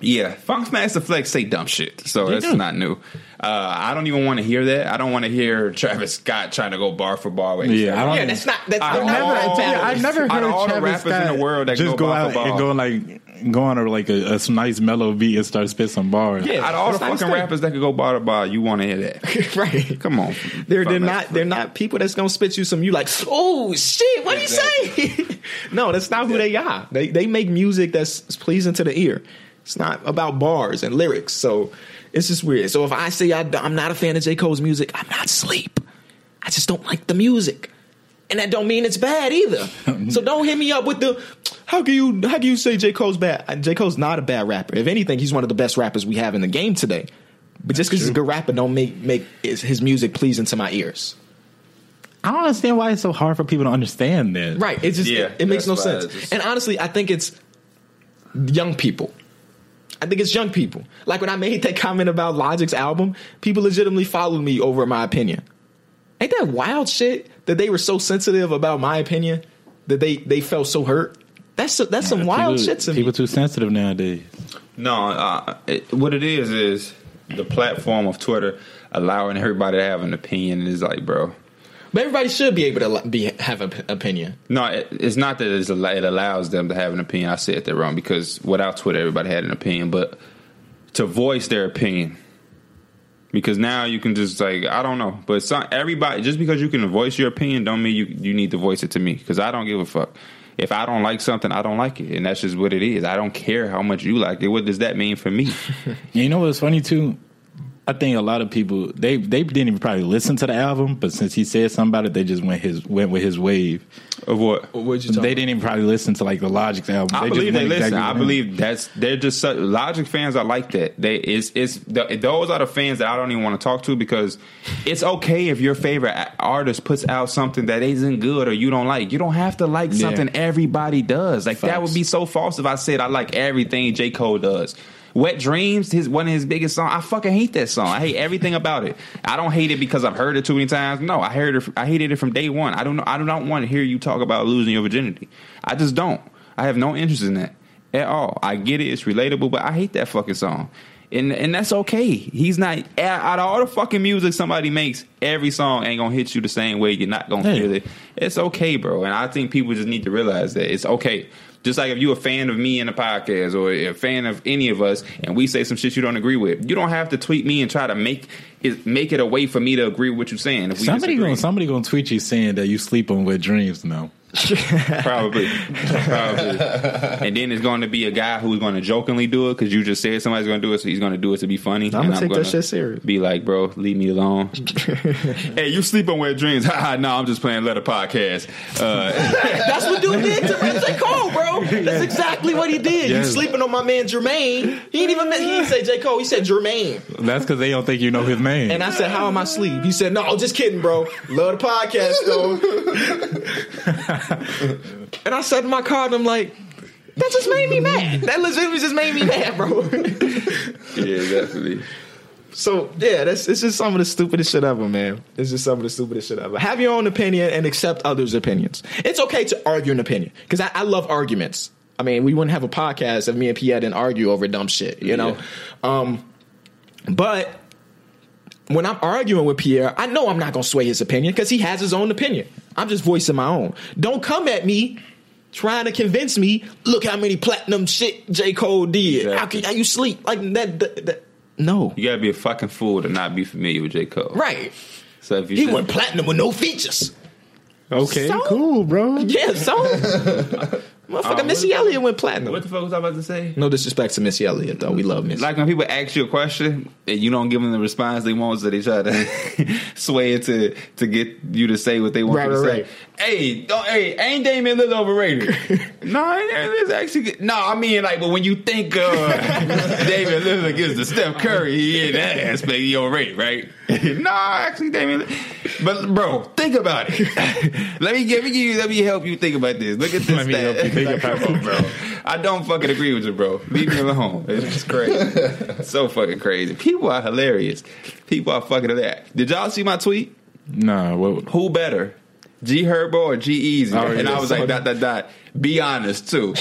yeah, Funk Master Flex say dumb shit, so that's not new. Uh, I don't even want to hear that. I don't want to hear Travis Scott trying to go bar for bar. with him.
Yeah, I don't.
Yeah, that's not. That's
I've
not
never-
what I'm saying.
yeah,
I've never
Out of
heard
all the
Travis
rappers in
Scott
the world that
just
go
go
ball
out
for ball.
and go on like go on a, like a, a some nice mellow beat and start spit some bars.
Yeah.
Out of all the
That's not his
fucking
thing.
rappers that could go bar to bar, you want to hear that?
right.
Come on,
They're they're
Funk Master
not they're not people that's gonna spit you some you like oh shit what do you say no that's not who they are they they make music that's pleasing to the ear it's not about bars and lyrics so it's just weird so if I say I, am not a fan of J Cole's music I'm not asleep I just don't like the music and that don't mean it's bad either so don't hit me up with the how can you how can you say J Cole's bad Uh, J Cole's not a bad rapper if anything he's one of the best rappers we have in the game today. But just because he's a good rapper, don't make make his, his music pleasing to my ears.
I don't understand why it's so hard for people to understand that.
Right. It's just
Yeah,
it, it makes no
that's why
sense.
it's just-
and honestly, I think it's young people. I think it's young people. Like when I made that comment about Logic's album, people legitimately followed me over my opinion. Ain't that wild shit that they were so sensitive about my opinion that they they felt so hurt? That's that's some wild
people,
shit to me.
People too sensitive nowadays.
No, uh, it, what it is is the platform of Twitter allowing everybody to have an opinion is like, bro.
But everybody should be able to li- be have an opinion.
No, it, it's not that it's, al- it allows them to have an opinion. I said that wrong because without Twitter, everybody had an opinion, but to voice their opinion. Because now you can just like I don't know, but some, everybody just because you can voice your opinion don't mean you you need to voice it to me because I don't give a fuck. If I don't like something, I don't like it, and that's just what it is. I don't care how much you like it. What does that mean for me?
And you know what's funny too? I think a lot of people they they didn't even probably listen to the album, but since he said something about it, they just went his went with his wave.
of what?
They didn't even probably listen to like the Logic's album.
I
just
believe they
went
listen.
exactly
I
with him.
believe that's they're just such, Logic fans are like that. They it's it's th those are the fans that I don't even want to talk to because it's okay if your favorite a- artist puts out something that isn't good or you don't like. You don't have to like something everybody does. Like that would be so false if I said I like everything J Cole does. Wet Dreams, his one of his biggest songs. I fucking hate that song. I hate everything about it. I don't hate it because I've heard it too many times. No, I heard it. I hated it from day one. I don't. know. I do not want to hear you talk about losing your virginity. I just don't. I have no interest in that at all. I get it; it's relatable, but I hate that fucking song, and and that's okay. He's not out- out of all the fucking music somebody makes. Every song ain't gonna hit you the same way. You're not gonna
Yeah.
feel it. It's okay, bro. And I think people just need to realize that it's okay. Just like if you're a fan of me in the podcast or a fan of any of us, and we say some shit you don't agree with, you don't have to tweet me and try to make it make it a way for me to agree with what you're saying. If we
somebody
disagree.
gonna somebody gonna tweet you saying that you sleep on wet dreams now.
Probably. Probably. And then it's going to be a guy who's going to jokingly do it because you just said somebody's going to do it, so he's going to do it to be funny. And I'm
take that
gonna
shit serious.
Be like, bro, leave me alone. hey, you sleep on wet dreams. Ha, ha, no, I'm just playing letter podcast. Uh,
That's what dude did to Rich J. Cole, bro. That's exactly what he did. You
Yes.
sleeping on my man Jermaine. He didn't even he didn't say J. Cole, he said Jermaine.
That's because they don't think you know his name.
Mm.
And I said, How am I asleep? He said, No, I'm just kidding, bro. Love the podcast though. and I sat in my car and I'm like, that just made me mad. That legitimately just made me mad, bro.
yeah, definitely.
so yeah, that's it's just some of the stupidest shit ever, man. It's just some of the stupidest shit ever. Have your own opinion and accept others' opinions. It's okay to argue an opinion because I, I love arguments. I mean, we wouldn't have a podcast if me and Pierre didn't argue over dumb shit, you know. Um, but when I'm arguing with Pierre, I know I'm not gonna sway his opinion because he has his own opinion. I'm just voicing my own. Don't come at me trying to convince me. Look how many platinum shit J Cole did. How
Exactly.
can how you sleep like that? that, that no.
You got to be a fucking fool to not be familiar with J. Cole.
Right.
So if you
He
just-
went platinum with no features.
okay,
So-
cool, bro.
Yeah, so Motherfucker,
Um,
Missy
what-
Elliott went platinum.
What the fuck was I about to say?
no disrespect to Missy Elliott, though. We love Missy.
Like when people ask you a question and you don't give them the response they want, so they try to sway it to to get you to say what they want
Right,
you to
right,
say. Hey, don't, hey, ain't Damian Lillard overrated? no, it- it's actually good. no. I mean, like, but when you think uh, Damian Lillard gives the Steph Curry, he in that aspect, he overrated, right? no, actually, Damian. Lill- But bro, think about it. let me give you. Let me help you think about this. Look at this.
Let me help you
stat.
think about it.
bro. I don't fucking agree with you, bro. Leave me alone. It's just crazy. so fucking crazy. People are hilarious. People are fucking hilarious. Did y'all see my tweet?
Nah, what?
Who better? G Herbo or G Easy?
Oh,
and
yeah,
I was
sorry.
like, dot, dot, dot. Be honest, too.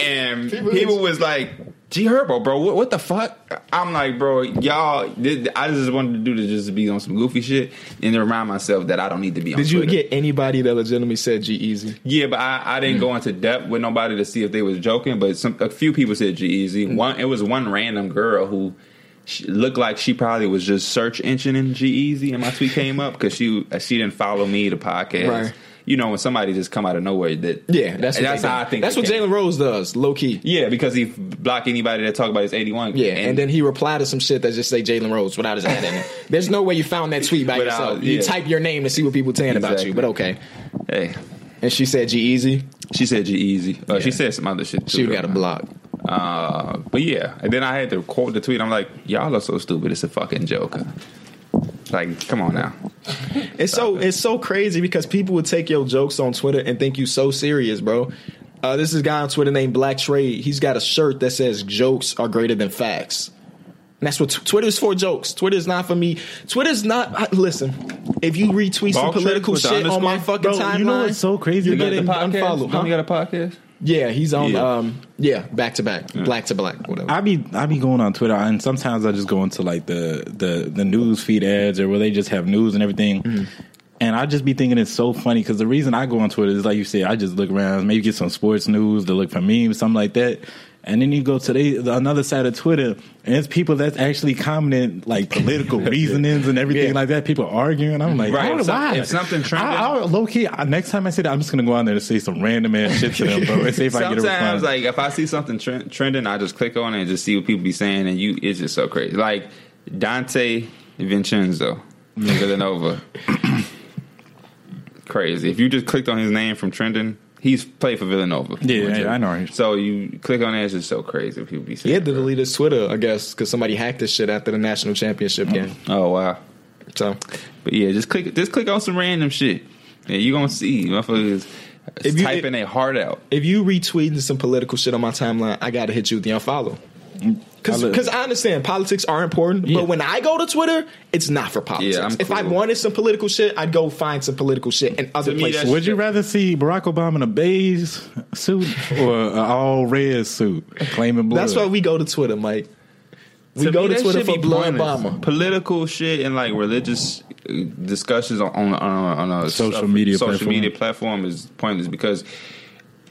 and people, was like, G Herbo, bro, what, what the fuck? I'm like, bro, y'all, did, I just wanted to do this just to be on some goofy shit and to remind myself that I don't need to be on
Did you
Twitter.
get anybody that legitimately said G Easy?
Yeah, but I, I didn't
Mm.
go into depth with nobody to see if they was joking. But some a few people said G Easy.
Mm.
One it was one random girl who she looked like she probably was just search engineing G Easy, and my tweet came up because she uh, she didn't follow me the podcast.
Right.
You know when somebody just come out of nowhere that
Yeah, that's what
that's
they
how
do.
I think
That's
they
what
came.
Jalen Rose does, low key.
Yeah, because he blocked anybody that talk about his eighty one.
Yeah, and, then he replied to some shit that just say Jalen Rose without his ad in it. There's no way you found that tweet by
Without-
yourself. You
yeah.
type your name to see what people saying about you,
Exactly.
but okay.
hey,
And she said G Easy.
she said G Easy. Uh, She said some other shit. Too,
She
though.
got a block.
Uh, but yeah, and then I had to quote the tweet. I'm like, y'all are so stupid. It's a fucking joke. Like, come on now.
It's so it's so crazy because people would take your jokes on Twitter and think you so serious, bro. Uh, this is a guy on Twitter named Black Trade. He's got a shirt that says "Jokes are greater than facts." And that's what t- Twitter's for. Jokes. Twitter's not for me. Twitter's not. I, listen, if you retweet some
Ball Trade
political
with the
shit on my
underscore?
fucking
Bro,
timeline,
you know what's so crazy
you're
about
getting unfollowed.
Don't
Huh?
you got a podcast?
Yeah, he's on.
Yeah.
Um, yeah, back to back, black to black, whatever.
I be I be going on Twitter and sometimes I just go into like the the the news feed ads or where they just have news and everything.
Mm-hmm.
And I just be thinking it's so funny because the reason I go on Twitter is like you said, I just look around, maybe get some sports news to look for memes, something like that. And then you go to the, the another side of Twitter, and it's people that's actually commenting like political reasonings and everything
Yeah.
like that. People arguing. I'm like,
Right,
I don't
if
know
some-
why?
if something trending-
I, I, low key, I- next time I say that, I'm just gonna go on there and say some random ass shit to them, bro, and see if I get a response.
Sometimes, like, if I see something tre- trending, I just click on it and just see what people be saying, and you, it's just so crazy. Like Dante Vincenzo, from Villanova, crazy. If you just clicked on his name from trending, he's played for Villanova.
Yeah, yeah, I know him.
So you click on it, it's just so crazy. what People be
he
saying.
had to delete his Twitter, I guess, because somebody hacked his shit after the national championship game.
Oh wow.
So
But yeah, just click just click on some random shit. And you gonna see motherfuckers
If you-
typing their heart out.
if you retweeting some political shit on my timeline, I gotta hit you with the unfollow.
I look-
Because Mm. I understand politics are important,
Yeah.
but when I go to Twitter, it's not for politics.
Yeah, I'm
If I
cool.
wanted some political shit, I'd go find some political shit in other
me,
places.
that's-
Would you rather see Barack Obama in a beige suit or an all red suit claiming blood?
That's why we go to Twitter, Mike. We go
me,
to
that
Twitter
shit
for
be
blood
pointless.
bomber.
Political shit and like religious uh, discussions on on, on, a, on a
Social media
social
platform.
media platform is pointless because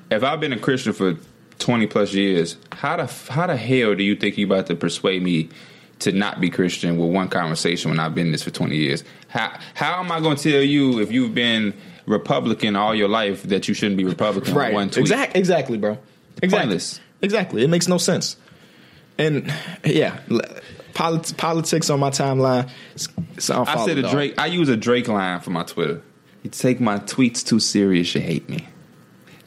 if I've been a Christian for twenty plus years, how the f- how the hell do you think you about to persuade me to not be Christian with one conversation when I've been this for twenty years? How how am I going to tell you if you've been Republican all your life that you shouldn't be Republican? with
Right.
one tweet.
Exact, exactly, bro. Exactly.
Pointless.
Exactly. It makes no sense. And yeah, l- polit- politics on my timeline. It's, it's
I said a Drake. I use a Drake line for my Twitter. You take my tweets too serious, you hate me.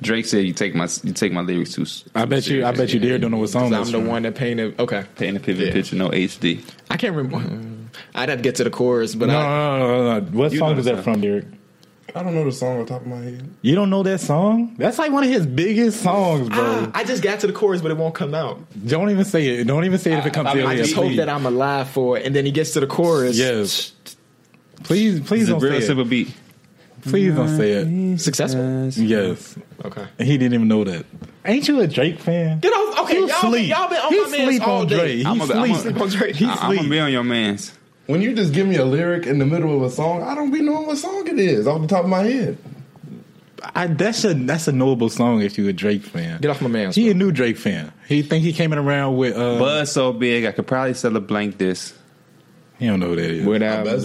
Drake said, "You take my you take my lyrics too." s-
I bet you. I bet you. Dear don't know what song.
I'm
that's
the
from.
one that painted. Okay,
Paint a pivot
Yeah.
picture, no HD.
I can't remember. Mm. I'd have to get to the chorus, but
No,
I,
no, no, no, no. What
You
song
know
is
the
that
song.
from, Derek?
I don't know the song on top of my head.
You don't know that song? That's like one of his biggest songs, bro.
Ah, I just got to the chorus, but it won't come out.
don't even say it. Don't even say it if it comes to your
I
lips,
just hope
please.
that I'm alive for it. And then he gets to the chorus.
Yes. Please, please
It's a
don't
real
say
simple
it.
beat.
Please don't say it.
successful.
Yes.
Okay.
He didn't even know that. Ain't you a Drake fan?
Get off. Okay,
You
y'all,
sleep.
Been, y'all been on
He
my man's
sleep
all
on
day.
Drake. He
I'm a- I'm a-
sleep.
Sleep on Drake.
He
I, am gonna
sleep.
be on your man's.
When you just give me a lyric in the middle of a song, I don't be knowing what song it is off the top of my head.
I, that's a that's a knowable song if you're a Drake fan.
Get off my man's,
He
bro.
a new Drake fan. He think he came in around with. Uh,
Buzz so big, I could probably sell a blank this.
he don't know what that is.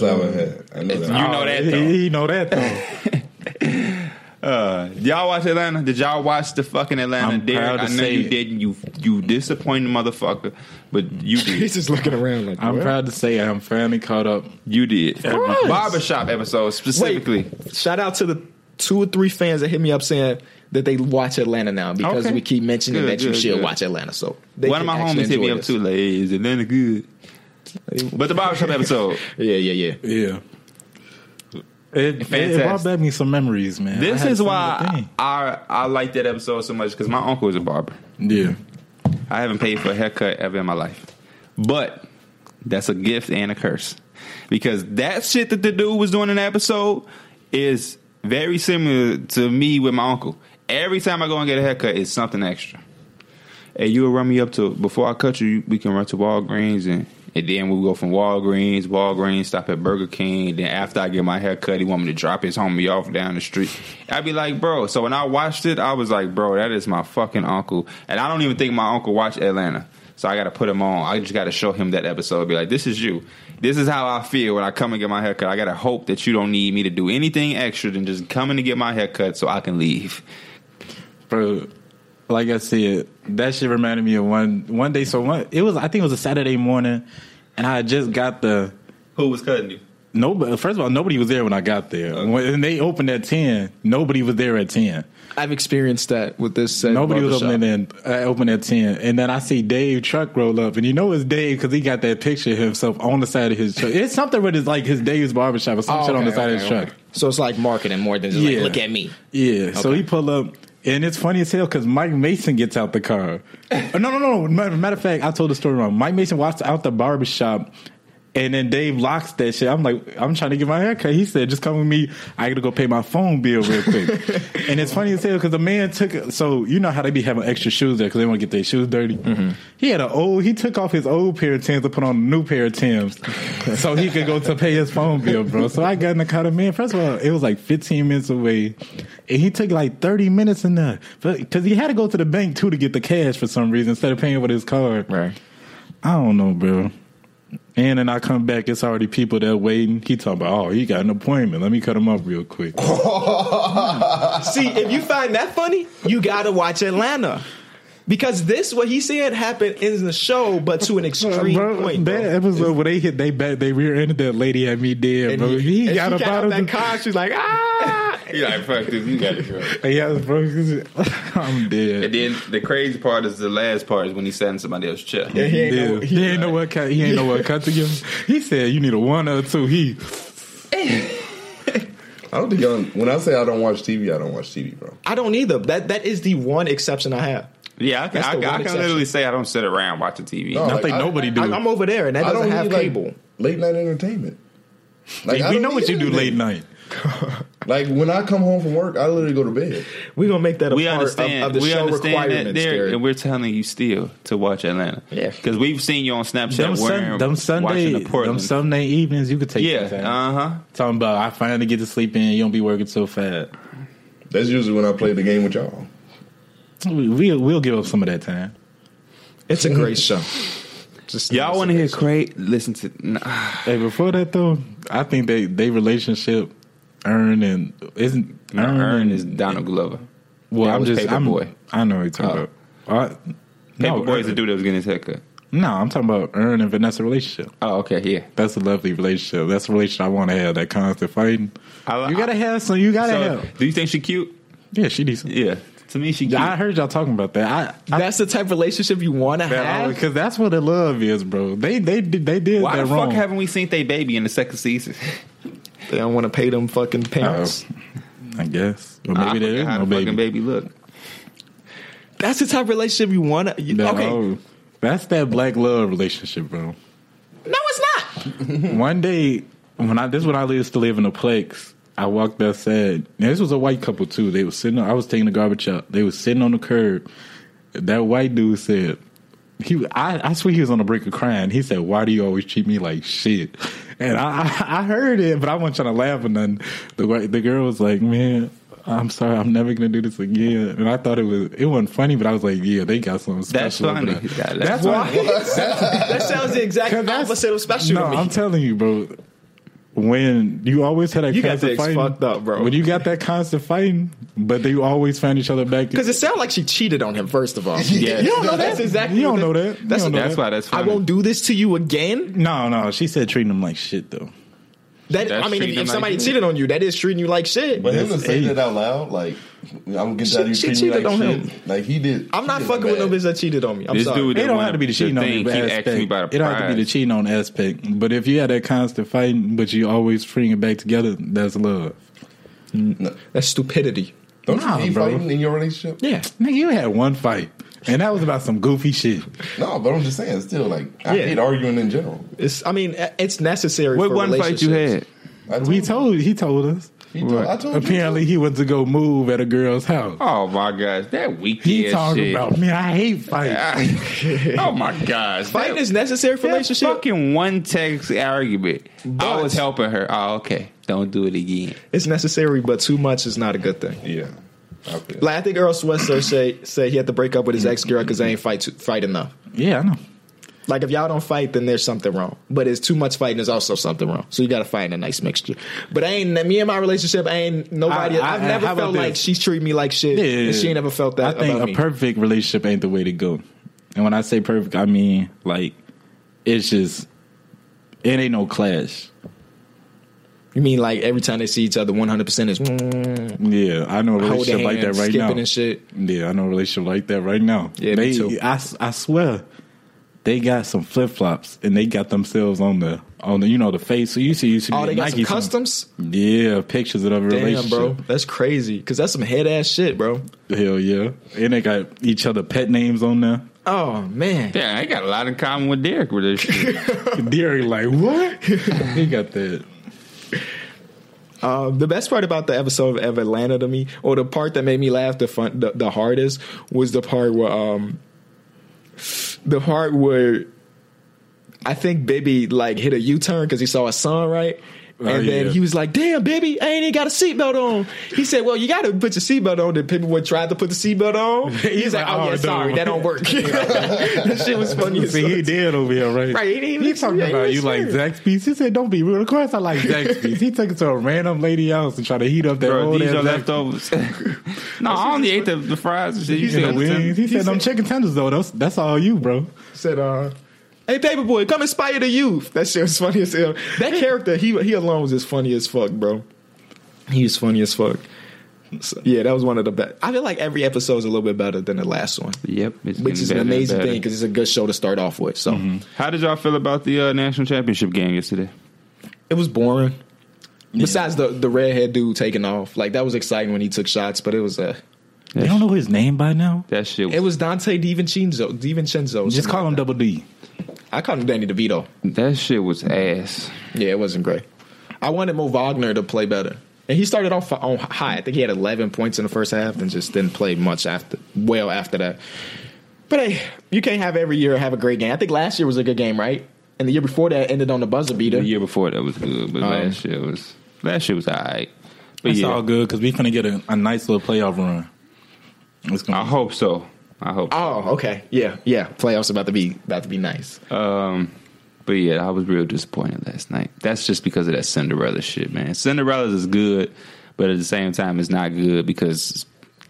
That's how I had. I know
You know
that.
that
He,
though.
he know that though.
Uh, y'all watch Atlanta? Did y'all watch the fucking Atlanta?
I'm
Derrick?
proud to
I know
say
you
it.
didn't. You you disappointed motherfucker, but you
He's
did.
just looking around like
I'm
what?
proud to say I'm finally caught up.
you did.
Right.
Barbershop episode specifically.
Wait, shout out to the two or three fans that hit me up saying that they watch Atlanta now because
Okay.
we keep mentioning
Good,
that you
good,
should
good.
watch Atlanta. So they
One
can
of my
actually
homies hit me
enjoy
up
this.
too. Like, hey, is Atlanta good? But the barbershop episode.
Yeah, yeah, yeah.
Yeah. It, it, it
Fantastic.
brought back me some memories, man. I
This
had
is
fun with
why
it.
I I like that episode so much because my uncle is a barber.
Yeah.
I haven't paid for a haircut ever in my life. But that's a gift and a curse. Because that shit that the dude was doing in the episode is very similar to me with my uncle. Every time I go and get a haircut, it's something extra. And you'll run me up to, before I cut you, you- we can run to Walgreens and. And then we go from Walgreens, Walgreens, stop at Burger King. Then after I get my hair cut, he want me to drop his homie off down the street. I'd be like, bro. So when I watched it, I was like, bro, that is my fucking uncle. And I don't even think my uncle watched Atlanta. So I got to put him on. I just got to show him that episode. Be like, this is you. This is how I feel when I come and get my haircut. I got to hope that you don't need me to do anything extra than just coming to get my haircut so I can leave.
bro. Like I said, that shit reminded me of one one day. So one, it was I think it was a Saturday morning, and I had just got the
Who was cutting you?
nobody. First of all, nobody was there when I got there. When they opened at ten, nobody was there at ten.
I've experienced that with this. said
Nobody was
barbershop.
opening and uh, open at ten, and then I see Dave truck roll up, and you know it's Dave because he got that picture of himself on the side of his truck. It's something with his like his Dave's barbershop or some
Oh,
shit on the
okay,
side of
okay,
his
okay.
truck.
So it's like marketing more than just
Yeah.
like look at me.
Yeah. So he pull up, and it's funny as hell because Mike Mason gets out the car. Oh, no, no, no. Matter matter of fact, I told the story wrong. Mike Mason walks out the barbershop. And then Dave locks that shit. I'm like, I'm trying to get my haircut. He said, just come with me. I gotta go pay my phone bill real quick. and it's funny as hell because the man took. So you know how they be having extra shoes there because they want to get their shoes dirty. He had an old. He took off his old pair of Tims to put on a new pair of Tims, so he could go to pay his phone bill, bro. So I got in the car. to Man, first of all, it was like 15 minutes away, and he took like 30 minutes in there because he had to go to the bank too to get the cash for some reason instead of paying with his card.
Right.
I don't know, bro. And then I come back, it's already people there waiting. He talking about, oh, he got an appointment. Let me cut him up real quick.
See, if you find that funny, you gotta watch Atlanta. Because this, what he said, happened in the show, but to an extreme
bro,
point.
that
bro.
episode where they hit they back, they rear ended that lady at me dead, bro. He,
and
got
she
up out of
that
the
car. She's like, ah.
He like, fuck this, you got it, bro.
Yeah, bro. I'm
And
dead.
then the crazy part is the last part is when he sat in somebody else's chair.
And he ain't
Yeah.
know-
He, ain't know what cut. He ain't know what cut to give. him. He said, "You need a one or a two. He
I don't think y'all, when I say I don't watch TV, I don't watch TV, bro.
I don't either. That that is the one exception I have.
Yeah, I can,
That's the
I, can-
one
I can
exception.
literally say I don't sit around watching TV.
I
No.
don't
Like,
think
I-
nobody do.
I, am over there, and that
I don't
doesn't have
need, like,
cable.
late night entertainment. Like, I
we
don't
know
need
what you do
anything.
late night.
Like when I come home from work, I literally go to bed.
We're gonna make that a
We
part of-
understand.
of, the
we
show
understand that,
requirements.
Derek,
Derek.
and we're telling you still to watch Atlanta.
Yeah.
because we've seen you on Snapchat
Them,
wearing,
sun, them Sunday,
watching the
them
Portland.
Sunday evenings, you could take.
yeah,
that time.
uh huh.
Talking about I finally get to sleep in. You don't be working so fast.
That's usually when I play the game with y'all.
We, we'll we'll give up some of that time.
It's a great show. Just
Y'all want to hear great? Listen to. Nah.
Hey, before that though, I think they they relationship earn and isn't
Nah,
Earn
Earn
and-
is Donald Glover.
Well,
That
I'm
was
just I'm,
Paperboy.
I know what you're talking about. Uh, no,
Paperboy is the
Earn-
dude that was getting his haircut.
no, I'm talking about Earn and Vanessa relationship.
Oh, okay, yeah.
That's a lovely relationship. That's a relationship I want to have. That constant fighting.
I-
you gotta have some. You gotta
So,
have.
do you think she cute?
Yeah, she decent.
Yeah, to me she cute.
I heard y'all talking about that. I, I
That's the type of relationship you want to have.
because that's what the love is, bro. They they did- they did
Why
that
the fuck
wrong.
haven't we seen they baby in the second season?
They don't want to pay them fucking parents.
I guess, but
I
maybe
forgot
there is
how
no
the
baby.
fucking baby look.
That's the type of relationship you want to.
No,
okay,
that's that black love relationship, bro.
no, it's not.
One day when I this is when I used to live in the Plex, I walked outside. Now, this was a white couple too. They was sitting. I was taking the garbage out. They was sitting on the curb. That white dude said. He, I, I swear he was on the brink of crying. He said, "Why do you always treat me like shit?" And I, I, I heard it, but I wasn't trying to laugh or nothing. The wa- the girl was like, "Man, I'm sorry, I'm never gonna do this again." And I thought it was it wasn't funny, but I was like, "Yeah, they got something
That's
special." over
funny.
there."
Yeah, that's
That's why
That sounds the exact
'Cause that's-
opposite of special
no,
to me.
I'm telling you, bro. When you always had that
You got
constant
things
fighting,
fucked up, bro.
When you got that constant fighting, but they always find each other back.
Because it sounds like she cheated on him. First of all,
Yeah.
you don't know that's exactly.
You
what
don't know
the-
that. You
That's
don't know
That's why that's
I
funny.
won't do this to you again.
No, no, she said treating them like shit though.
That
That's
I mean, if,
treating
if
them
somebody
like-
cheated on you, that is treating you like shit.
But him to
That's
say
eight.
that out loud, like I'm getting
She-
out of
she
you treating me
cheated
like
on him.
shit. Like he did.
I'm not
he did
fucking with no
bad.
bitch that cheated on me. I'm
This
sorry.
dude
It
that
don't
won
have to be the
the
cheating on
thing,
you
he asked
aspect.
me about a
it don't have to be the
prize.
cheating on aspect. But if you had that constant fighting, but you always bring it back together, that's love.
That's stupidity.
Don't
Nah,
you hate
bro.
fighting in your relationship?
Yeah.
Nigga, you had one fight, and that was about some goofy shit.
No, but I'm just saying. Still, like I
Yeah.
hate arguing in general.
It's I mean, it's necessary.
What
for
one fight you
relationships.
had?
I told
We
you.
told he told us.
He told- I told you.
Apparently, he went to go move at a girl's house.
Oh my gosh, that weak
He
ass
talking
shit.
about man, I hate fights.
oh my gosh,
Fighting
that-
is necessary for
that
relationship.
Fucking one text argument.
But-
I was helping her. Oh, okay. Don't do it again.
It's necessary, but too much is not a good thing.
Yeah. I feel-
Like I think Earl Sweatser say say he had to break up with his ex girl because they ain't fight fight enough.
Yeah, I know.
Like if y'all don't fight, then there's something wrong. But it's too much fighting is also something wrong. So you got to find a nice mixture. But I ain't me and my relationship I ain't nobody.
I-
I,
I-
have
how
never
about
felt like
this?
she's treating me like shit, and she ain't never felt that.
I think
about
a
me.
perfect relationship ain't the way to go. And when I say perfect, I mean like it's just it ain't no clash.
you mean like every time they see each other, 100 percent is
Yeah, I know a
hold
relationship
hands,
like that right
skipping
now.
and shit.
Yeah, I know a relationship like that right now.
Yeah,
they,
me too.
I, s- I swear, they got some flip flops and they got themselves on the on the you know the face. So you see, you see,
Oh,
the
they got
Nike
some customs.
Yeah, pictures of the
Damn,
relationship.
bro, that's crazy. Because that's some head ass shit, bro.
Hell yeah, and they got each other pet names on there.
Oh man,
Yeah, I got a lot in common with Derek with this shit.
Derek, like what? he got that.
Um, the best part about the episode of Atlanta to me, or the part that made me laugh the fun, the, the hardest, was the part where um, the part where I think Bibby like hit a U turn because he saw his son right. And
Oh,
then
yeah.
he was like, "Damn, Bibby, I ain't even got a seatbelt on." He said, "Well, you got to put your seatbelt on." Then Bibby would try to put the seatbelt on. He's, like, "Oh, yeah,
no."
sorry, that don't work." that shit was funny. as
See,
fuck.
he did over here, right?
Right, he didn't even
He talking
experience
about you
it.
like Zaxby's. He said, "Don't be rude." Of course, I like Zaxby's. he took it to a random lady house and tried to heat up that
Bro,
whole
these
damn
are
Zaxby's.
leftovers. no, I only ate the, the fries and shit. You
And the
said
wings. He, said, "Them chicken tenders, though. That's, that's all you, bro."
said, uh, "Hey, Paperboy, come inspire the youth." That shit was funny as hell. That character, he he alone was just funny as fuck, bro. He was funny as fuck. So, yeah, that was one of the best. I feel like every episode is a little bit better than the last one,
Yep, it's
which
getting
is an
better and
amazing
better.
thing because it's a good show to start off with. So
Mm-hmm.
How did y'all feel about the uh, national championship game yesterday?
it was boring. Besides the the redhead dude taking off, like that was exciting when he took shots, but it was uh,
You don't know his name by now.
That shit. Was,
it was Dante DiVincenzo. DiVincenzo.
Just call him Double D.
I called him Danny DeVito.
that shit was ass.
Yeah, it wasn't great. I wanted Mo Wagner to play better. And he started off on high. I think he had 11 points in the first half and just didn't play much after, well after that. But hey, you can't have every year have a great game. I think last year was a good game, right? And the year before that ended on the buzzer beater.
The year before that was good,
Um,
but last year was last year was alright. But
It's
yeah,
all good because we finna get a, a nice little playoff run. It's
I
gonna.
hope so. I hope.
Oh, okay. Yeah, yeah. Playoffs about to be about to be nice.
Um, but yeah, I was real disappointed last night. That's just because of that Cinderella shit, man. Cinderella's is good, but at the same time, it's not good because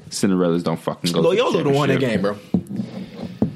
Cinderellas don't fucking go. to
Loyola the won that
championship.
game, bro.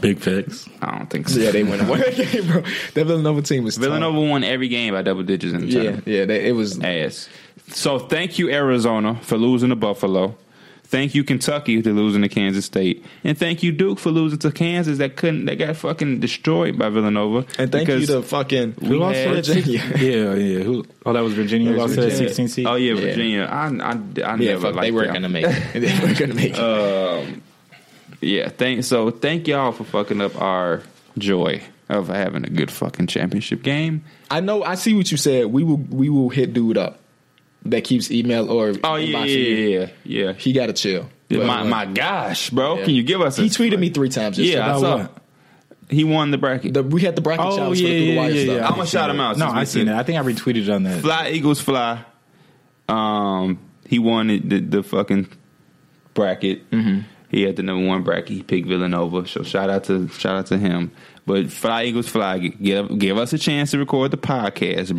Big facts.
I don't think so.
Yeah, they won that game, bro. That Villanova team was tough.
Villanova won every game by double digits in the
Yeah,
tournament.
yeah. They, it was.
Ass. So thank you Arizona for losing to Buffalo. Thank you Kentucky for losing to Kansas State, and thank you Duke for losing to Kansas that couldn't that got fucking destroyed by Villanova.
And thank you
because-
to fucking
We had-
Virginia.
Yeah, yeah. Who? Oh, that was Virginia. Lost that
Virginia.
16 seed.
Oh yeah,
Yeah.
Virginia. I I, I
Yeah,
never
fuck,
liked
they were
them.
gonna make it. They were gonna make it.
Yeah, thank so thank y'all for fucking up our joy of having a good fucking championship game.
I know. I see what you said. We will. We will hit dude up. That keeps email or
Oh yeah,
inboxing you.
yeah, yeah.
He got to chill.
yeah.
But,
My
uh,
my gosh, bro,
yeah.
can you give us?
he
a-
tweeted me three times. yesterday.
Yeah, I
About
saw.
what?
He won the bracket.
The, we had the bracket
Oh,
challenge for
yeah,
the through the
yeah,
wire
yeah,
stuff.
yeah.
I'm gonna shout him out.
No,
since we
I seen
did-
that. I think I retweeted on that.
Fly Eagles fly. Um, he won the, the, the fucking
Mm-hmm.
bracket. He had the number one bracket. He picked Villanova. So shout out to shout out to him. But fly Eagles fly, give give us a chance to record the podcast,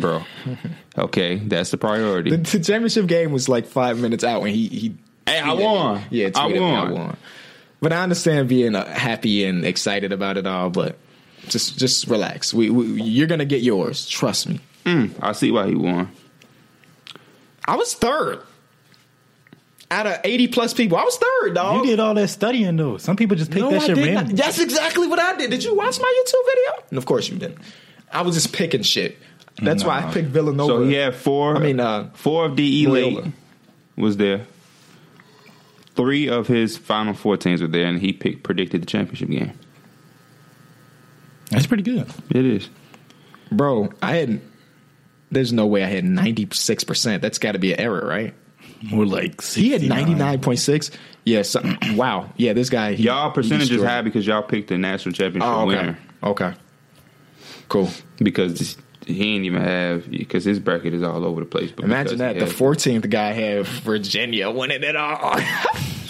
bro. Okay, that's the priority.
The, the championship game was like five minutes out when he he.
Hey, I
tweeted me.
won.
Yeah,
I
tweeted me, I
won.
won. But I understand being uh, happy and excited about it all, but just just relax. We, we you're gonna get yours. Trust me.
Mm, I see why he won.
I was third out of eighty plus people. I was third, dog.
You did all that studying though. Some people just pick
Oh. no,
that
I
shit
did
random.
not. That's exactly what I did. Did you watch my YouTube video? And of course you didn't. I was just picking shit. That's why I picked Villanova.
So he had four.
I mean, uh,
four of DE
Loyola.
late was there. Three of his final four teams were there, and he picked, predicted the championship game.
That's pretty good.
It is.
Bro, I had. There's no way I had 96%. That's got to be an error, right?
More like
He had
69.
99.6. Yeah, so, wow. Yeah, this guy. He,
Y'all
he
percentage is
destroyed.
high because y'all picked the national championship
Oh, okay.
winner
Okay. Cool.
because he didn't even have because his bracket is all over the place. But
Imagine that. The
four
14th guy had Virginia winning it all.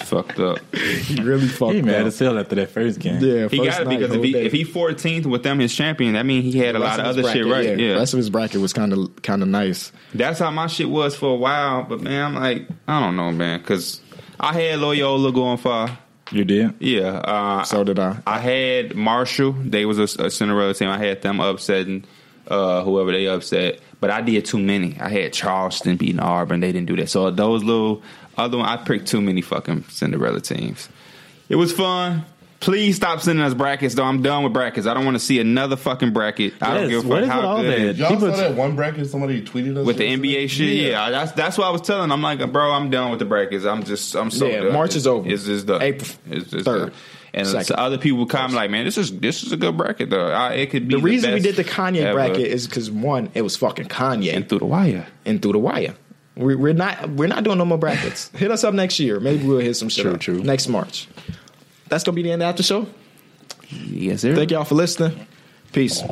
fucked up.
he really fucked
He mad
up.
as hell after that first game.
Yeah,
He
first
got it
night,
because
whole
if he
day.
if he 14th with them his champion, that means he had a lot of
Rest
other
his
shit
bracket,
right. Yeah,
the Rest of his bracket was kind of kind of nice.
That's how my shit was for a while, but man, I'm like, I don't know, man, because I had Loyola going far.
You did?
Yeah, uh,
So did I.
I had Marshall. They was a, a Cinderella team. I had them upsetting uh, whoever they upset, but I did too many. I had Charleston beating Auburn. They didn't do that. So those little other one, I picked too many fucking Cinderella teams. It was fun. Please stop sending us brackets, though. I'm done with brackets. I don't want to see another fucking bracket. I don't
Yes,
give a
what
fuck
is with
how
all
good.
that?
it is
Y'all
People
saw
t-
that one bracket somebody tweeted us
with the
yesterday?
NBA shit. Yeah, that's that's what I was telling. I'm like, bro, I'm done with the brackets. I'm just, I'm so
Yeah,
done.
March is over.
It's just done.
April
It's just
third,
done. And
second,
so other people comment like, man, this is this is a good bracket though. I, it could be
The reason we
best
did the Kanye
ever.
bracket is because one, it was fucking Kanye,
and through the wire.
and through the wire. We, we're not we're not doing no more brackets. Hit us up next year. Maybe we'll hit some shit.
True,
up
true.
Next March. That's gonna be the end of the after show.
Yes, sir.
Thank y'all for listening. Peace.